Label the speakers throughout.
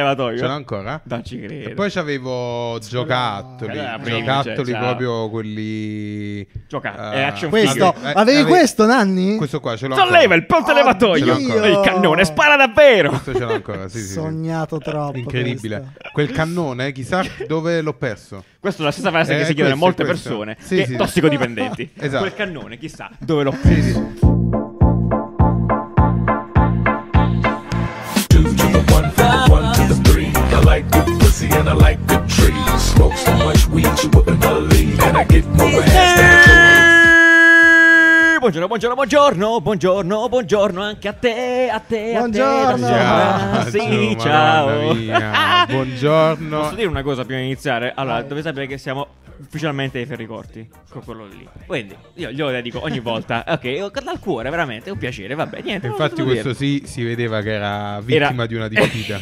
Speaker 1: Serbatoio.
Speaker 2: Ce l'ho ancora?
Speaker 1: Non ci credo.
Speaker 2: E poi c'avevo giocattoli,
Speaker 1: Allora, prima,
Speaker 2: giocattoli
Speaker 1: cioè,
Speaker 2: proprio quelli...
Speaker 1: Gioca-
Speaker 2: eh,
Speaker 1: è action
Speaker 2: questo,
Speaker 3: Questo,
Speaker 1: figure.
Speaker 2: eh,
Speaker 3: avevi
Speaker 2: ave-
Speaker 3: questo, Nanni?
Speaker 2: Questo qua ce l'ho ancora.
Speaker 1: Solleva il ponte
Speaker 3: Oddio.
Speaker 1: levatoio.
Speaker 2: Ce l'ho ancora.
Speaker 1: Il cannone spara davvero.
Speaker 2: Questo ce l'ho ancora, sì, sì, sì.
Speaker 3: Sognato troppo.
Speaker 2: Incredibile.
Speaker 3: questo.
Speaker 2: Quel cannone, chissà dove l'ho perso.
Speaker 1: Questa è la stessa frase
Speaker 2: Eh,
Speaker 1: che si chiedono a
Speaker 2: questo,
Speaker 1: molte
Speaker 2: questo.
Speaker 1: persone
Speaker 2: Sì,
Speaker 1: che
Speaker 2: sì.
Speaker 1: tossicodipendenti.
Speaker 2: Esatto.
Speaker 1: Quel cannone, chissà dove l'ho
Speaker 2: Sì, sì.
Speaker 4: two to the one, from the one to the three. I like good pussy and I like the tree. Smoke so much weed you wouldn't believe, and I get more ass than a joint.
Speaker 1: Eh, Buongiorno, buongiorno, buongiorno, buongiorno, buongiorno anche a te, a te, a te.
Speaker 3: Buongiorno.
Speaker 1: da Sara.
Speaker 2: Ciao,
Speaker 1: Sì,
Speaker 2: Madonna
Speaker 1: ciao.
Speaker 2: mia. Buongiorno.
Speaker 1: Posso dire una cosa prima di iniziare? Allora, dovete sapere che siamo ufficialmente ai ferri corti con quello lì. Quindi io glielo dico ogni volta. Ok, dal cuore, veramente, è un piacere, vabbè, niente. non lo
Speaker 2: Infatti
Speaker 1: potevo dire.
Speaker 2: questo sì, si vedeva che era
Speaker 1: Era-
Speaker 2: vittima di una disputa.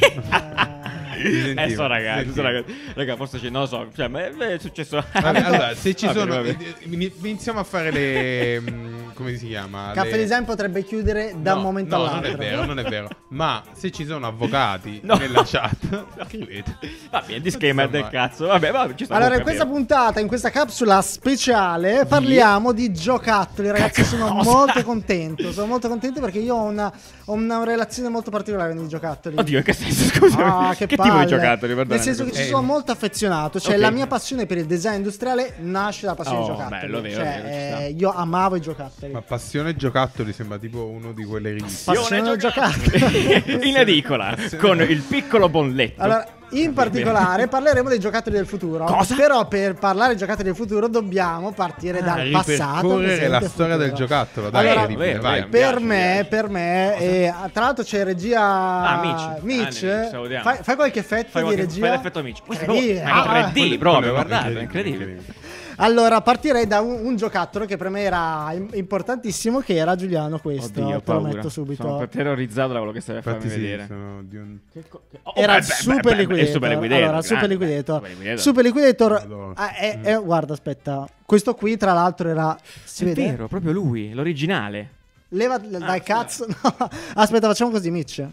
Speaker 2: Si sentiva,
Speaker 1: Eh, so ragazzi,
Speaker 2: si
Speaker 1: so
Speaker 2: sentiva.
Speaker 1: ragazzi. Raga, forse c'è, non lo so, cioè, ma è, è successo.
Speaker 2: Vabbè, allora, se ci
Speaker 1: Vabbè,
Speaker 2: sono...
Speaker 1: vabbè.
Speaker 2: eh, eh, ini- Iniziamo a fare le... mm, come si chiama?
Speaker 3: Caffè
Speaker 2: Le-
Speaker 3: Design potrebbe chiudere da
Speaker 2: No,
Speaker 3: un momento
Speaker 2: no,
Speaker 3: all'altro.
Speaker 2: non è vero, non è vero. Ma se ci sono avvocati
Speaker 1: No.
Speaker 2: nella chat, scrivete.
Speaker 1: Va bene, disclaimer del
Speaker 2: Insomma.
Speaker 1: cazzo. Vabbè, vabbè, ci sta.
Speaker 3: Allora, in
Speaker 1: può
Speaker 3: questa
Speaker 1: capire.
Speaker 3: puntata, in questa capsula speciale, parliamo di giocattoli. Ragazzi, sono
Speaker 1: Cosa?
Speaker 3: molto contento. Sono molto contento perché io ho una, ho una relazione molto particolare con i giocattoli.
Speaker 1: Oddio, in che senso? Scusa,
Speaker 3: Ah,
Speaker 1: che,
Speaker 3: che
Speaker 1: tipo di
Speaker 3: palle.
Speaker 1: giocattoli? Perdonami.
Speaker 3: Nel senso che ci
Speaker 2: Eh.
Speaker 3: sono molto affezionato. Cioè,
Speaker 1: Ok.
Speaker 3: la mia passione per il design industriale nasce dalla passione
Speaker 1: Oh,
Speaker 3: dei giocattoli.
Speaker 1: bello, vero,
Speaker 3: cioè,
Speaker 1: vero, ci sta.
Speaker 3: eh, io amavo i giocattoli.
Speaker 2: Ma Passione Giocattoli sembra tipo uno di quelle riviste.
Speaker 3: passione
Speaker 1: Passione
Speaker 3: giocattoli.
Speaker 1: giocattoli. Eh, in edicola con il piccolo bolletto.
Speaker 3: Allora, in particolare parleremo dei giocattoli del futuro.
Speaker 1: Cosa?
Speaker 3: Però per parlare dei giocattoli del futuro dobbiamo partire dal passato.
Speaker 2: Eh, ripercorrere
Speaker 3: presente
Speaker 2: la
Speaker 3: e
Speaker 2: storia del
Speaker 3: futuro.
Speaker 2: giocattolo, dai,
Speaker 3: Allora, eh,
Speaker 2: Felipe,
Speaker 1: vero,
Speaker 2: vai.
Speaker 1: vero. Mi
Speaker 3: Per
Speaker 1: piace, mi
Speaker 3: me,
Speaker 1: piace.
Speaker 3: per me, eh, tra l'altro c'è regia.
Speaker 1: Ah, Mitch.
Speaker 3: Mitch,
Speaker 1: Ah, Mitch, salutiamo.
Speaker 3: fai, fai qualche effetto
Speaker 1: Fai
Speaker 3: di
Speaker 1: qualche-
Speaker 3: regia.
Speaker 1: fai l'effetto amici. Questo è
Speaker 3: Incredibile.
Speaker 1: proprio- ma è
Speaker 3: Ah,
Speaker 1: 3D.
Speaker 2: Quello-
Speaker 1: proprio,
Speaker 2: quello-
Speaker 1: guardate,
Speaker 2: incredibile,
Speaker 1: incredibile.
Speaker 3: Allora, partirei da un, un giocattolo che per me era im- importantissimo, che era Giuliano questo.
Speaker 1: Oddio, ho
Speaker 3: te
Speaker 1: paura.
Speaker 3: lo metto
Speaker 1: Sono
Speaker 3: subito.
Speaker 1: per- terrorizzato da quello che stavi a farmi
Speaker 2: Infatti sì,
Speaker 1: vedere.
Speaker 2: sono di un- Eh,
Speaker 1: Che co- che- oh,
Speaker 3: Era
Speaker 1: beh,
Speaker 3: il
Speaker 1: beh,
Speaker 3: Super
Speaker 1: beh, beh, è
Speaker 3: Liquidator.
Speaker 1: Super Liquidator.
Speaker 3: Allora, Super
Speaker 1: grande,
Speaker 3: Liquidator.
Speaker 1: Super Liquidator.
Speaker 3: Super Liquidator,
Speaker 2: Madonna.
Speaker 3: ah, è- è- guarda, aspetta. Questo qui, tra l'altro, era. Si
Speaker 1: È
Speaker 3: vede?
Speaker 1: vero, Ah, proprio lui, l'originale.
Speaker 3: Leva l- dal cazzo. no. Aspetta, facciamo così, Mitch.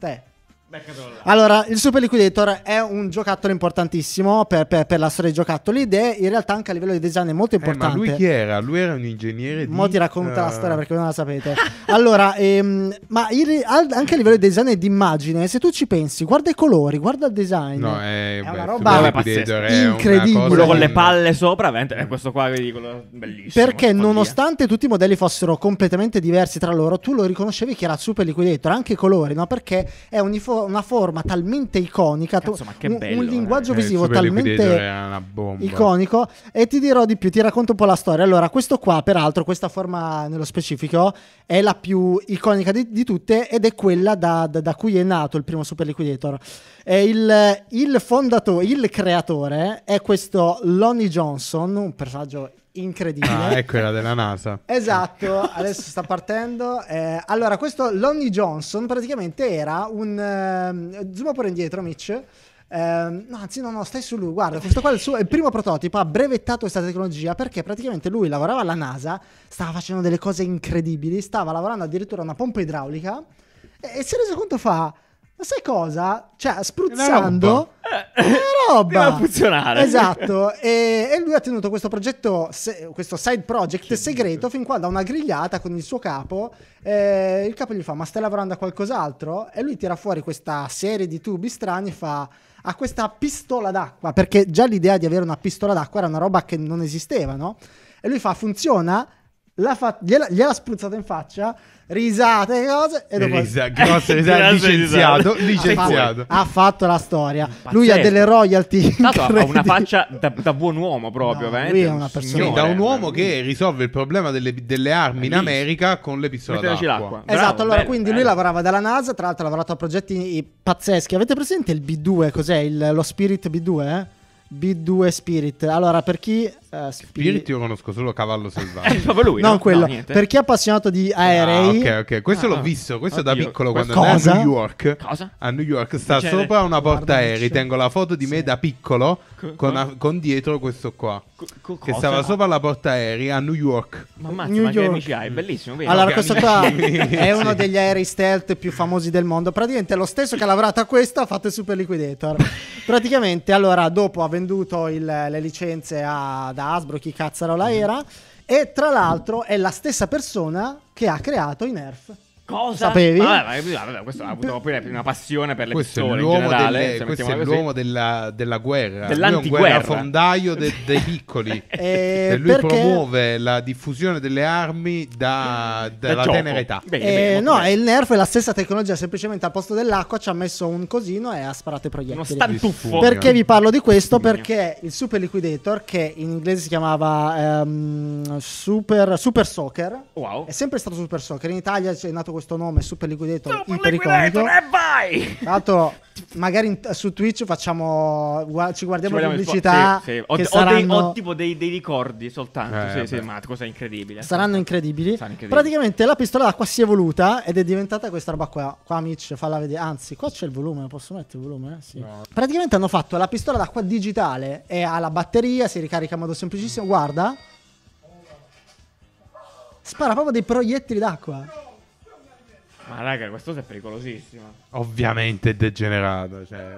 Speaker 3: Te.
Speaker 1: Beccatelo là.
Speaker 3: Allora, il Super Liquidator è un giocattolo importantissimo per, per- per la storia dei giocattoli ed è in realtà anche a livello di design è molto
Speaker 2: Eh, ma
Speaker 3: importante.
Speaker 2: lui chi era? Lui era un ingegnere di...
Speaker 3: Mo ti racconta la
Speaker 2: eh,
Speaker 3: storia perché non la sapete. Allora, ehm, ma in re- al- anche a livello di design e di immagine, se tu ci pensi, guarda i colori, guarda il design.
Speaker 2: No, è,
Speaker 3: È una
Speaker 2: beh,
Speaker 3: roba
Speaker 2: Super
Speaker 1: pazzesca.
Speaker 2: Liquidator è una
Speaker 3: Incredibile.
Speaker 2: cosa
Speaker 1: Quello con le
Speaker 2: in-
Speaker 1: palle sopra, veramente, eh, questo qua vedi quello bellissimo.
Speaker 3: perché
Speaker 1: follia.
Speaker 3: nonostante tutti i modelli fossero completamente diversi tra loro, tu lo riconoscevi che era Super Liquidator, anche i colori, no? Perché è unifo- una forma talmente iconica, tu-
Speaker 1: Cazzo, ma che
Speaker 3: un,
Speaker 1: bello,
Speaker 3: un linguaggio
Speaker 2: Eh,
Speaker 3: visivo
Speaker 2: Super eh, Liquidator
Speaker 3: talmente
Speaker 2: era una bomba.
Speaker 3: iconico e ti dirò di più, ti racconto un po' la storia. Allora, questo qua, peraltro, questa forma nello specifico è la più iconica di, di tutte ed è quella da, da- da cui è nato il primo Super Liquidator. Eh, il, il fondatore, il creatore è questo Lonnie Johnson, un personaggio incredibile.
Speaker 2: Ah, ecco, era della NASA.
Speaker 3: Esatto, adesso sta partendo. Eh, allora, questo Lonnie Johnson praticamente era un... ehm, zoom pure indietro, Mitch. Ehm, no, anzi, no, no, stai su lui. Guarda, questo qua è il suo è il primo prototipo. Ha brevettato questa tecnologia perché praticamente lui lavorava alla NASA, stava facendo delle cose incredibili, stava lavorando addirittura a una pompa idraulica e, e si è reso conto fa... Ma sai cosa? Cioè, spruzzando... È una roba!
Speaker 1: Deve funzionare.
Speaker 3: Esatto, e, e lui ha tenuto questo progetto, se- questo side project segreto, fin quando a una grigliata con il suo capo, eh, il capo gli fa ma stai lavorando a qualcos'altro? E lui tira fuori questa serie di tubi strani e fa ha questa pistola d'acqua, perché già l'idea di avere una pistola d'acqua era una roba che non esisteva, no? E lui fa funziona, la fa- gliela, gliela spruzzata in faccia, risate e cose, e dopo...
Speaker 2: Risa, grossa risa,
Speaker 1: Grossa risata.
Speaker 2: licenziato,
Speaker 3: Ha fatto,
Speaker 2: licenziato.
Speaker 3: ha fatto la storia. Lui ha
Speaker 1: Pazzesco.
Speaker 3: delle royalty.
Speaker 1: Tanto ha una
Speaker 3: incredibili.
Speaker 1: faccia da, da buon uomo proprio,
Speaker 3: No,
Speaker 1: veramente.
Speaker 3: lui è una persona-
Speaker 2: Sì,
Speaker 1: signore. eh,
Speaker 2: da un uomo che risolve il problema delle, delle armi in
Speaker 1: Bellissimo.
Speaker 2: America con le pistole
Speaker 1: Metteteci
Speaker 2: d'acqua.
Speaker 1: l'acqua.
Speaker 3: Esatto,
Speaker 1: Bravo,
Speaker 3: allora
Speaker 1: bello,
Speaker 3: quindi lui
Speaker 1: bello.
Speaker 3: lavorava dalla NASA, tra l'altro ha lavorato a progetti i- pazzeschi. Avete presente il B2? Cos'è il- lo Spirit B2? eh? B2 Spirit. Allora, per chi... eh, spi-
Speaker 2: Spiriti io conosco solo Cavallo
Speaker 1: È
Speaker 2: Selvaggio.
Speaker 1: proprio lui.
Speaker 3: non
Speaker 1: no?
Speaker 3: quello.
Speaker 1: No, niente.
Speaker 3: per chi è appassionato di
Speaker 2: Ah,
Speaker 3: aerei...
Speaker 2: ok, ok. Questo
Speaker 1: Ah,
Speaker 2: l'ho
Speaker 1: ah.
Speaker 2: visto. Questo da
Speaker 1: Oddio.
Speaker 2: piccolo quando
Speaker 3: Cosa?
Speaker 2: andai a New York.
Speaker 1: Cosa?
Speaker 2: A New York sta
Speaker 1: Succede?
Speaker 2: sopra una porta
Speaker 3: Guarda,
Speaker 2: aerei.
Speaker 3: dice.
Speaker 2: Tengo la foto di me da piccolo
Speaker 1: Co-
Speaker 2: con, con dietro questo qua.
Speaker 1: Co- co-
Speaker 2: Che
Speaker 1: cosa?
Speaker 2: stava sopra la portaerei a New York.
Speaker 1: Ma ammazza,
Speaker 3: New
Speaker 1: ma che
Speaker 3: York.
Speaker 1: amici hai? Bellissimo, vero?
Speaker 3: Allora,
Speaker 2: che
Speaker 3: questo
Speaker 2: amici.
Speaker 3: qua è uno
Speaker 2: Sì.
Speaker 3: degli aerei stealth più famosi del mondo. Praticamente è lo stesso che ha lavorato a questo, ha fatto il Super Liquidator. Praticamente, allora, dopo ha venduto il- le licenze a, da Hasbro, chi cazzarola
Speaker 1: Mm-hmm.
Speaker 3: era. E tra l'altro è la stessa persona che ha creato i Nerf.
Speaker 1: Cosa?
Speaker 3: Sapevi?
Speaker 1: Vabbè, vabbè, vabbè, questo ha avuto poi una passione per le
Speaker 2: Questo è
Speaker 1: pistole in
Speaker 2: l'uomo,
Speaker 1: generale.
Speaker 2: delle-
Speaker 1: se
Speaker 2: questo è
Speaker 1: mettiamola
Speaker 2: l'uomo
Speaker 1: così.
Speaker 2: della, della guerra.
Speaker 1: Dell'antiguerra.
Speaker 2: Lui è un fondaio dei piccoli.
Speaker 3: Eh,
Speaker 2: E lui
Speaker 3: perché-
Speaker 2: promuove la diffusione delle armi da, dalla
Speaker 1: gioco.
Speaker 2: tenera età.
Speaker 1: Bene,
Speaker 3: Eh,
Speaker 1: bene, molto
Speaker 3: no,
Speaker 1: bene.
Speaker 3: e il Nerf è la stessa tecnologia, semplicemente al posto dell'acqua ci ha messo un cosino e ha sparato i proiettili.
Speaker 1: uno stantuffo.
Speaker 3: Perché vi parlo di questo?
Speaker 1: Mio.
Speaker 3: Perché il Super Liquidator, che in inglese si chiamava ehm, Super, Super Soccer,
Speaker 1: Wow.
Speaker 3: è sempre stato Super Soccer. In Italia c'è nato questo nome, Super Liquidator,
Speaker 1: Super
Speaker 3: ipericonico.
Speaker 1: Liquidator, eh! e vai!
Speaker 3: Tra l'altro, magari in- su Twitch facciamo, gua- ci
Speaker 1: Ci
Speaker 3: guardiamo le
Speaker 1: vogliamo il
Speaker 3: pubblicità.
Speaker 1: fo- sì, sì. Ho,
Speaker 3: che
Speaker 1: ho
Speaker 3: saranno...
Speaker 1: dei, ho tipo dei, dei ricordi soltanto.
Speaker 2: Eh,
Speaker 1: sì, sì,
Speaker 2: vabbè.
Speaker 1: ma cosa incredibile.
Speaker 3: Saranno incredibili.
Speaker 1: esatto. Saranno incredibili.
Speaker 3: Praticamente la pistola d'acqua si è evoluta ed è diventata questa roba qua. Qua Mitch falla vedere. Anzi, qua c'è il volume, posso mettere il volume? Eh? Sì. Praticamente hanno fatto la pistola d'acqua digitale e ha la batteria, si ricarica in modo semplicissimo. Guarda. Spara proprio dei proiettili d'acqua.
Speaker 1: Ma raga, questo è pericolosissimo.
Speaker 2: Ovviamente è degenerato. Cioè.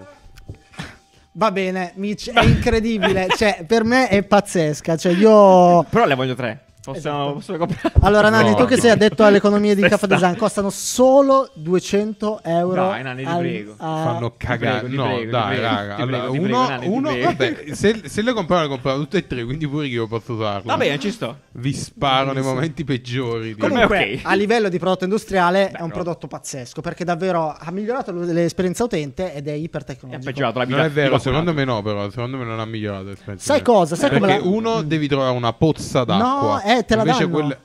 Speaker 3: Va bene, Mitch, è incredibile. cioè, per me è pazzesca. Cioè, io
Speaker 1: Però le voglio tre. Possiamo,
Speaker 3: Esatto.
Speaker 1: possiamo comprare.
Speaker 3: Allora, Nani,
Speaker 2: No.
Speaker 3: tu che sei addetto alle economie di
Speaker 1: Testa.
Speaker 3: Caffè Design, costano solo 200 euro.
Speaker 1: Dai, Nani, ti prego.
Speaker 3: a-
Speaker 2: Fanno cagare.
Speaker 1: prego, ti
Speaker 2: No,
Speaker 1: prego, ti
Speaker 2: dai,
Speaker 1: prego,
Speaker 2: raga.
Speaker 1: ti prego,
Speaker 2: Allora,
Speaker 1: ti prego,
Speaker 2: uno,
Speaker 1: Nani, ti
Speaker 2: uno-
Speaker 1: prego.
Speaker 2: vabbè, se, se le comprano, le comprano tutte e tre. Quindi pure io posso usarlo.
Speaker 1: Va bene, ci sto.
Speaker 2: Vi sparo nei momenti peggiori. di-
Speaker 1: Come-
Speaker 3: Comunque,
Speaker 1: ok.
Speaker 3: a livello di prodotto industriale è
Speaker 1: Bello.
Speaker 3: un prodotto pazzesco perché davvero ha migliorato l- l'esperienza utente ed è
Speaker 1: Mi ha
Speaker 3: ipertecnologico.
Speaker 1: peggiorato la vita.
Speaker 2: Non è vero,
Speaker 1: di qualcun
Speaker 2: secondo
Speaker 1: altro.
Speaker 2: me no, però secondo me non ha migliorato l'esperienza.
Speaker 3: Sai cosa? Sai come
Speaker 2: Perché
Speaker 3: la-
Speaker 2: uno devi trovare una pozza d'acqua.
Speaker 3: No, eh, te la
Speaker 2: Invece
Speaker 3: danno.
Speaker 2: quelle-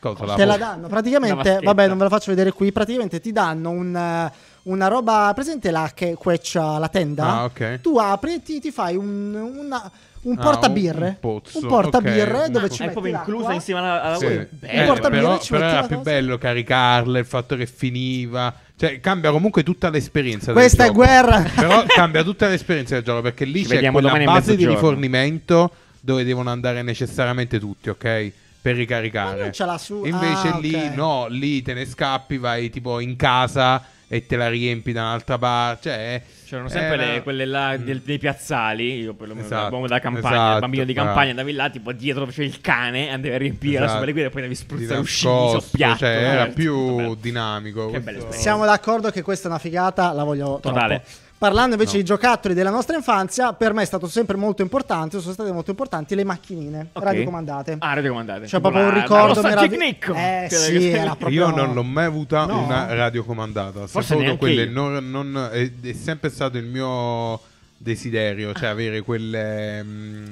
Speaker 2: Cosa, la
Speaker 3: Te la
Speaker 2: pozza?
Speaker 3: danno
Speaker 1: Una
Speaker 3: praticamente,
Speaker 1: vaschetta.
Speaker 3: vabbè, non ve la faccio vedere qui. Praticamente ti danno un, eh, una roba presente la che queccia la tenda.
Speaker 2: Ah, ok.
Speaker 3: Tu apri e ti, ti fai un, una- un
Speaker 2: Ah,
Speaker 3: portabirre.
Speaker 2: un pozzo,
Speaker 3: portabirre
Speaker 2: ok.
Speaker 3: dove
Speaker 2: Ah,
Speaker 3: ci
Speaker 1: È
Speaker 3: metti
Speaker 1: proprio
Speaker 3: l'acqua.
Speaker 1: inclusa insieme alla, alla
Speaker 2: Sì.
Speaker 1: Wii.
Speaker 2: Eh,
Speaker 1: Bello.
Speaker 3: porta via,
Speaker 2: però,
Speaker 3: ci
Speaker 2: però
Speaker 3: metti
Speaker 2: era
Speaker 3: la
Speaker 2: più
Speaker 3: cosa.
Speaker 2: bello caricarla, il fatto che finiva. Cioè, cambia comunque tutta l'esperienza. del
Speaker 3: Questa è
Speaker 2: gioco.
Speaker 3: guerra.
Speaker 2: Però cambia tutta l'esperienza del gioco perché lì
Speaker 1: Ci
Speaker 2: c'è
Speaker 1: vediamo
Speaker 2: quella
Speaker 1: domani a
Speaker 2: base di
Speaker 1: mezzogiorno.
Speaker 2: rifornimento dove devono andare necessariamente tutti, ok? Per
Speaker 3: Ma non
Speaker 2: ricaricare.
Speaker 3: ce l'ha su-
Speaker 2: Invece
Speaker 3: ah,
Speaker 2: lì
Speaker 3: ok.
Speaker 2: no, lì te ne scappi, vai tipo in casa e te la riempi da un'altra parte. Cioè,
Speaker 1: C'erano sempre
Speaker 2: era-
Speaker 1: le- quelle là del- dei piazzali, io perlomeno
Speaker 2: Esatto,
Speaker 1: l'uomo da campagna, il
Speaker 2: esatto,
Speaker 1: bambino di
Speaker 2: bravo.
Speaker 1: campagna andavi là, tipo dietro c'è il cane, andavi a riempire la
Speaker 2: Esatto.
Speaker 1: sopra liquida e poi andavi a
Speaker 2: Di
Speaker 1: spruzzare uscini
Speaker 2: nascosto,
Speaker 1: soppiatto.
Speaker 2: cioè, era
Speaker 1: eh, molto
Speaker 2: più
Speaker 1: bello.
Speaker 2: dinamico.
Speaker 1: Che
Speaker 2: questo-
Speaker 1: bella esperienza.
Speaker 3: Siamo d'accordo che questa è una figata, la voglio
Speaker 1: Eh. Totale.
Speaker 3: troppo. Parlando invece di giocattoli della nostra infanzia, per me è stato sempre molto importante, sono state molto importanti le macchinine
Speaker 1: Ok.
Speaker 3: radiocomandate.
Speaker 1: Ah, radiocomandate.
Speaker 3: C'è proprio un
Speaker 1: La- la
Speaker 3: ricordo
Speaker 1: rossa
Speaker 3: meravi-
Speaker 1: Gignicco.
Speaker 3: Eh
Speaker 1: Cioè,
Speaker 3: sì,
Speaker 1: che-
Speaker 3: era proprio
Speaker 2: Io non l'ho mai avuta
Speaker 3: No.
Speaker 2: una radiocomandata,
Speaker 1: Forse
Speaker 2: solo
Speaker 1: neanche
Speaker 2: quelle
Speaker 1: io.
Speaker 2: non, non- è, è sempre stato il mio desiderio,
Speaker 1: Ah.
Speaker 2: cioè avere quelle mh,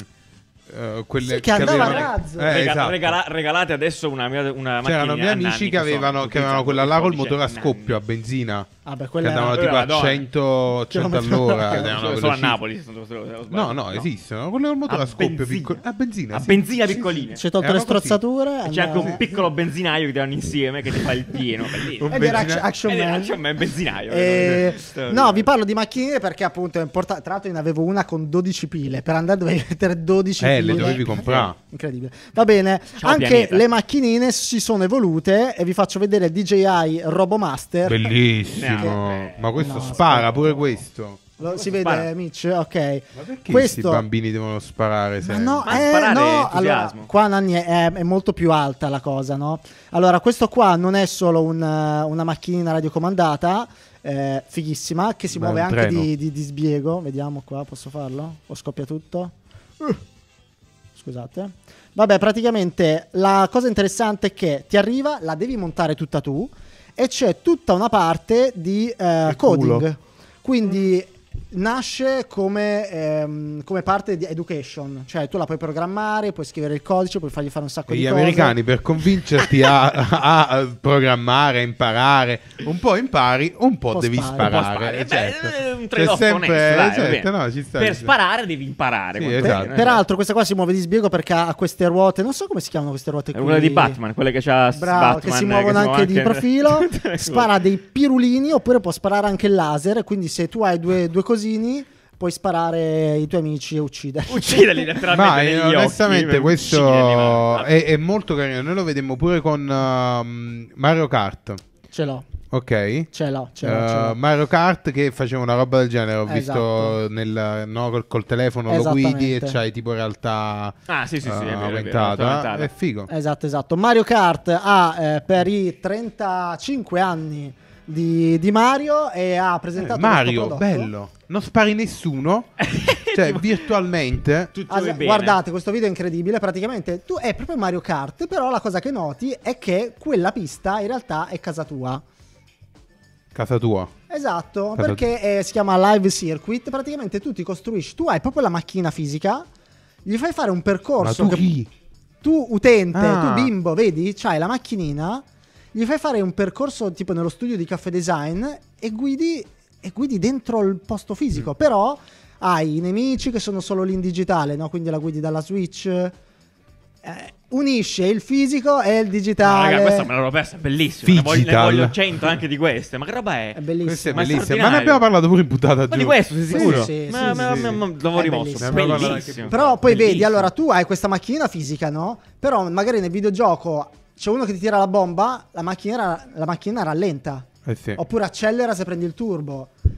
Speaker 2: eh, quelle
Speaker 3: Sì, che andava a
Speaker 2: avevano-
Speaker 3: razzo.
Speaker 2: Eh,
Speaker 1: Rega-
Speaker 2: esatto.
Speaker 1: regala- regalate adesso una mia una
Speaker 2: C'erano miei
Speaker 1: macchinina a
Speaker 2: amici
Speaker 1: Nanni
Speaker 2: che
Speaker 1: sono-
Speaker 2: avevano, che avevano
Speaker 1: utilizzano
Speaker 2: quella là col
Speaker 1: codice
Speaker 2: motore a
Speaker 1: Nanni.
Speaker 2: scoppio a benzina.
Speaker 3: Vabbè,
Speaker 2: Che
Speaker 3: Ah, quella era-
Speaker 2: andavano
Speaker 1: era-
Speaker 2: tipo
Speaker 1: eh,
Speaker 2: a
Speaker 1: Madonna.
Speaker 2: 100, 100
Speaker 3: Chilometri
Speaker 2: all'ora.
Speaker 3: orari.
Speaker 2: ed eh, erano
Speaker 1: Solo a
Speaker 2: velocissimi.
Speaker 1: Napoli. sono- se non sbaglio.
Speaker 2: No, no, esistono. Quelle col motore a, scoppio
Speaker 1: benzina.
Speaker 2: piccolo. A benzina.
Speaker 1: A
Speaker 2: sì.
Speaker 1: benzina
Speaker 2: Sì, sì.
Speaker 1: piccolina.
Speaker 3: Ci hai tolto le
Speaker 2: Erano così.
Speaker 3: strozzature.
Speaker 1: C'è anche
Speaker 3: andava-
Speaker 1: un piccolo benzinaio che ti danno insieme che ti fa il pieno. bellissimo. Eh,
Speaker 2: Un
Speaker 3: Ed era
Speaker 2: benzina-
Speaker 3: Action
Speaker 1: Ed era
Speaker 3: Man.
Speaker 1: Action Man benzinaio.
Speaker 3: Eh,
Speaker 1: Storia.
Speaker 3: no, vi parlo di macchinine perché appunto è importante. Tra l'altro, io ne avevo una con 12 pile. Per andare dovevi mettere 12 pile.
Speaker 2: Eh, le dovevi comprare.
Speaker 3: Incredibile. Va bene.
Speaker 1: Ciao,
Speaker 3: Anche
Speaker 1: pianeta.
Speaker 3: le macchinine si sono evolute. E vi faccio vedere il DJI Robomaster.
Speaker 2: Bellissimo.
Speaker 1: Eh,
Speaker 2: Ma questo
Speaker 3: no,
Speaker 2: spara pure questo.
Speaker 3: Lo- si vede,
Speaker 1: Spara.
Speaker 3: Mitch? Ok.
Speaker 2: Ma perché questi
Speaker 3: Questo.
Speaker 2: bambini devono sparare
Speaker 3: Ma
Speaker 2: sempre?
Speaker 3: no,
Speaker 1: Ma
Speaker 3: eh,
Speaker 1: sparare è
Speaker 3: no, allora,
Speaker 1: entusiasmo.
Speaker 3: qua Nanni è, è molto più alta la cosa, no? Allora, questo qua non è solo un, eh, una macchinina radiocomandata, eh, fighissima, che si
Speaker 2: Ma è
Speaker 3: muove
Speaker 2: un
Speaker 3: anche
Speaker 2: treno.
Speaker 3: di, di- di sbiego. Vediamo qua, posso farlo? O scoppia tutto? Uh, Scusate. Vabbè, praticamente la cosa interessante è che ti arriva, la devi montare tutta tu e c'è tutta una parte di eh,
Speaker 2: Che
Speaker 3: coding.
Speaker 2: culo.
Speaker 3: Quindi nasce come, ehm, come parte di education, cioè tu la puoi programmare, puoi scrivere il codice, puoi fargli fare un sacco
Speaker 2: E
Speaker 3: di
Speaker 2: Gli
Speaker 3: cose.
Speaker 2: americani per convincerti a, a- a programmare, a imparare, un po' impari, un po',
Speaker 3: Un po'
Speaker 2: devi
Speaker 3: spari.
Speaker 1: Un po'
Speaker 2: sparare.
Speaker 1: spari.
Speaker 2: eh,
Speaker 1: Beh,
Speaker 2: certo.
Speaker 1: eh, un
Speaker 2: C'è
Speaker 1: trade-off
Speaker 2: sempre,
Speaker 1: onesto, dai, va
Speaker 2: certo,
Speaker 1: bene.
Speaker 2: no, ci sta,
Speaker 1: per
Speaker 2: ci sta.
Speaker 1: sparare devi imparare. eh,
Speaker 2: Sì,
Speaker 1: quanto
Speaker 2: esatto.
Speaker 1: bene.
Speaker 3: Peraltro questa qua si muove di sbiego perché ha queste ruote, non so come si chiamano queste ruote
Speaker 1: È
Speaker 3: qui.
Speaker 1: quella di Batman, quella che c'ha s-
Speaker 3: Bravo,
Speaker 1: Batman,
Speaker 3: che si muovono anche di profilo, spara dei pirulini oppure può sparare anche il laser, quindi se tu hai due, due cosini puoi sparare i tuoi amici e uccidere.
Speaker 1: Uccidali letteralmente
Speaker 2: Ma eh,
Speaker 1: negli occhi,
Speaker 2: onestamente
Speaker 1: per ucciderli,
Speaker 2: questo
Speaker 1: guarda.
Speaker 2: è, è molto carino. Noi lo vedemmo pure con ehm, Mario Kart.
Speaker 3: Ce l'ho,
Speaker 2: Ok.
Speaker 3: ce l'ho, ce l'ho.
Speaker 2: Eh,
Speaker 3: ce l'ho.
Speaker 2: Mario Kart che faceva una roba del genere. Ho
Speaker 3: Esatto.
Speaker 2: visto nel, no, col, col telefono lo guidi e
Speaker 3: Esattamente.
Speaker 2: c'hai tipo realtà
Speaker 1: Ah, sì, sì, sì, è
Speaker 2: eh,
Speaker 1: vero, è vero,
Speaker 2: aumentata. Eh,
Speaker 1: aumentata.
Speaker 2: È figo.
Speaker 3: Esatto, esatto. Mario Kart ha eh, per i 35 anni di, di Mario e ha
Speaker 2: Eh,
Speaker 3: presentato questo
Speaker 2: Mario,
Speaker 3: prodotto.
Speaker 2: bello. Non spari nessuno. cioè, virtualmente.
Speaker 1: Tutto
Speaker 3: Ah,
Speaker 1: è
Speaker 3: sì,
Speaker 1: bene.
Speaker 3: guardate, questo video è incredibile. Praticamente tu è proprio Mario Kart, però la cosa che noti è che quella pista in realtà è casa tua.
Speaker 2: Casa tua.
Speaker 3: Esatto,
Speaker 2: Casa-
Speaker 3: perché eh, si chiama Live Circuit. Praticamente tu ti costruisci, tu hai proprio la macchina fisica, gli fai fare un
Speaker 2: Ma
Speaker 3: percorso
Speaker 2: tu
Speaker 3: che-
Speaker 2: chi?
Speaker 3: tu utente,
Speaker 2: Ah.
Speaker 3: tu bimbo, vedi, c'hai la macchinina, gli fai fare un percorso tipo nello studio di caffè design e guidi, e guidi dentro il posto
Speaker 1: Mm.
Speaker 3: fisico, però hai i nemici che sono solo lì in digitale, no? quindi la guidi dalla Switch. Eh, unisce il fisico e il
Speaker 1: No,
Speaker 3: digitale.
Speaker 1: Ah, raga, questa me l'ho persa, è bellissima. Ne voglio, ne
Speaker 2: Digital.
Speaker 1: voglio 100 anche di queste. Ma che roba è?
Speaker 3: È bellissimo.
Speaker 2: Questo è
Speaker 1: Ma è
Speaker 2: bellissimo. Ma ne
Speaker 1: straordinario.
Speaker 2: abbiamo parlato pure in puntata
Speaker 1: Ma
Speaker 2: giù.
Speaker 1: di questo, sei
Speaker 3: Sì,
Speaker 1: sicuro?
Speaker 3: sì,
Speaker 1: ma,
Speaker 3: sì,
Speaker 1: ma,
Speaker 2: sì,
Speaker 1: ma-
Speaker 2: sì.
Speaker 1: ma- l'avevo
Speaker 3: È
Speaker 1: rimosso.
Speaker 3: bellissimo.
Speaker 1: Bellissimo.
Speaker 3: Però poi vedi,
Speaker 1: Bellissimo.
Speaker 3: allora tu hai questa macchina fisica, no? Però magari nel videogioco c'è uno che ti tira la bomba, la macchina, la macchina rallenta.
Speaker 2: Eh sì.
Speaker 3: Oppure accelera se prendi il turbo.
Speaker 1: ma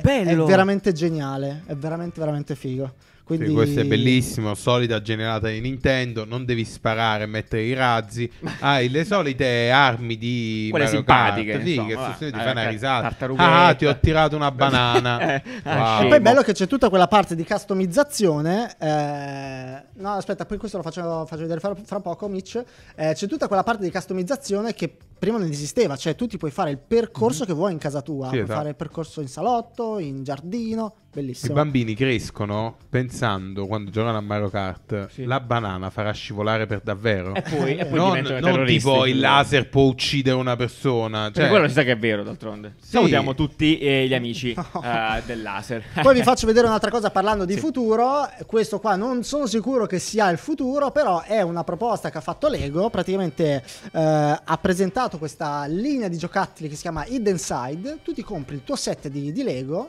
Speaker 1: che bello!
Speaker 3: è veramente geniale. È veramente, veramente figo. Quindi...
Speaker 2: Sì, questo è bellissimo, solida generata di Nintendo, non devi sparare e mettere i razzi, hai le solite armi di
Speaker 1: Quelle
Speaker 2: Mario
Speaker 1: simpatiche,
Speaker 2: Kart, sì,
Speaker 1: insomma,
Speaker 2: che
Speaker 1: va, eh,
Speaker 2: sostanzialmente
Speaker 1: dai,
Speaker 2: ti fai una
Speaker 1: ok,
Speaker 2: risata.
Speaker 1: tartarughetta.
Speaker 2: Ah, ti ho tirato una banana.
Speaker 1: Eh, ah,
Speaker 2: Wow.
Speaker 1: scemo.
Speaker 3: E poi è bello che c'è tutta quella parte di customizzazione. eh, no, aspetta, poi questo lo faccio, faccio vedere fra, fra poco, Mitch. Eh, c'è tutta quella parte di customizzazione che prima non esisteva. Cioè, tu ti puoi fare il percorso che vuoi in casa tua.
Speaker 2: Mhm. Sì,
Speaker 3: puoi
Speaker 2: esatto.
Speaker 3: fare il percorso in salotto, in giardino.
Speaker 2: I
Speaker 3: Bellissimo.
Speaker 2: bambini crescono pensando quando giocano a Mario Kart
Speaker 1: Sì.
Speaker 2: la banana farà scivolare per davvero.
Speaker 1: E poi, e poi
Speaker 2: non
Speaker 1: diventano
Speaker 2: non
Speaker 1: terroristi.
Speaker 2: tipo il laser può uccidere una persona.
Speaker 1: Perché
Speaker 2: Cioè,
Speaker 1: quello si sa che è vero, d'altronde. Salutiamo tutti eh, gli amici eh, del laser.
Speaker 3: Poi vi faccio vedere un'altra cosa parlando di
Speaker 1: Sì.
Speaker 3: futuro. Questo qua non sono sicuro che sia il futuro, però è una proposta che ha fatto Lego. Praticamente eh, ha presentato questa linea di giocattili che si chiama Hidden Side. Tu ti compri il tuo set di, di Lego.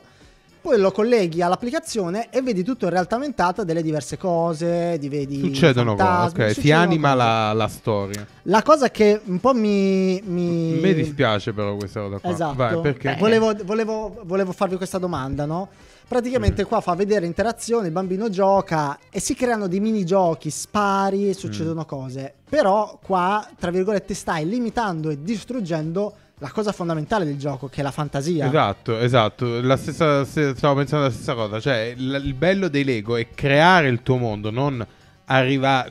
Speaker 3: Poi lo colleghi all'applicazione e vedi tutto in realtà aumentata delle diverse cose. Di, vedi
Speaker 2: succedono
Speaker 3: fantasmi,
Speaker 2: cose, ok, ti
Speaker 3: succedono
Speaker 2: anima
Speaker 3: cose.
Speaker 2: la, la storia.
Speaker 3: La cosa che un po' mi. mi...
Speaker 2: Mi dispiace però questa cosa qua.
Speaker 3: Ehm, Esatto.
Speaker 2: Vai, perché?
Speaker 3: Eh, Volevo, volevo- volevo farvi questa domanda, no? Praticamente qua fa vedere interazione, il bambino gioca e si creano dei minigiochi, spari, succedono
Speaker 2: Mm.
Speaker 3: cose. Però qua, tra virgolette, stai limitando e distruggendo la cosa fondamentale del gioco, che è la fantasia.
Speaker 2: Esatto, esatto. La stessa, se- stavo pensando alla stessa cosa. Cioè, il, il bello dei Lego è creare il tuo mondo, non arriva-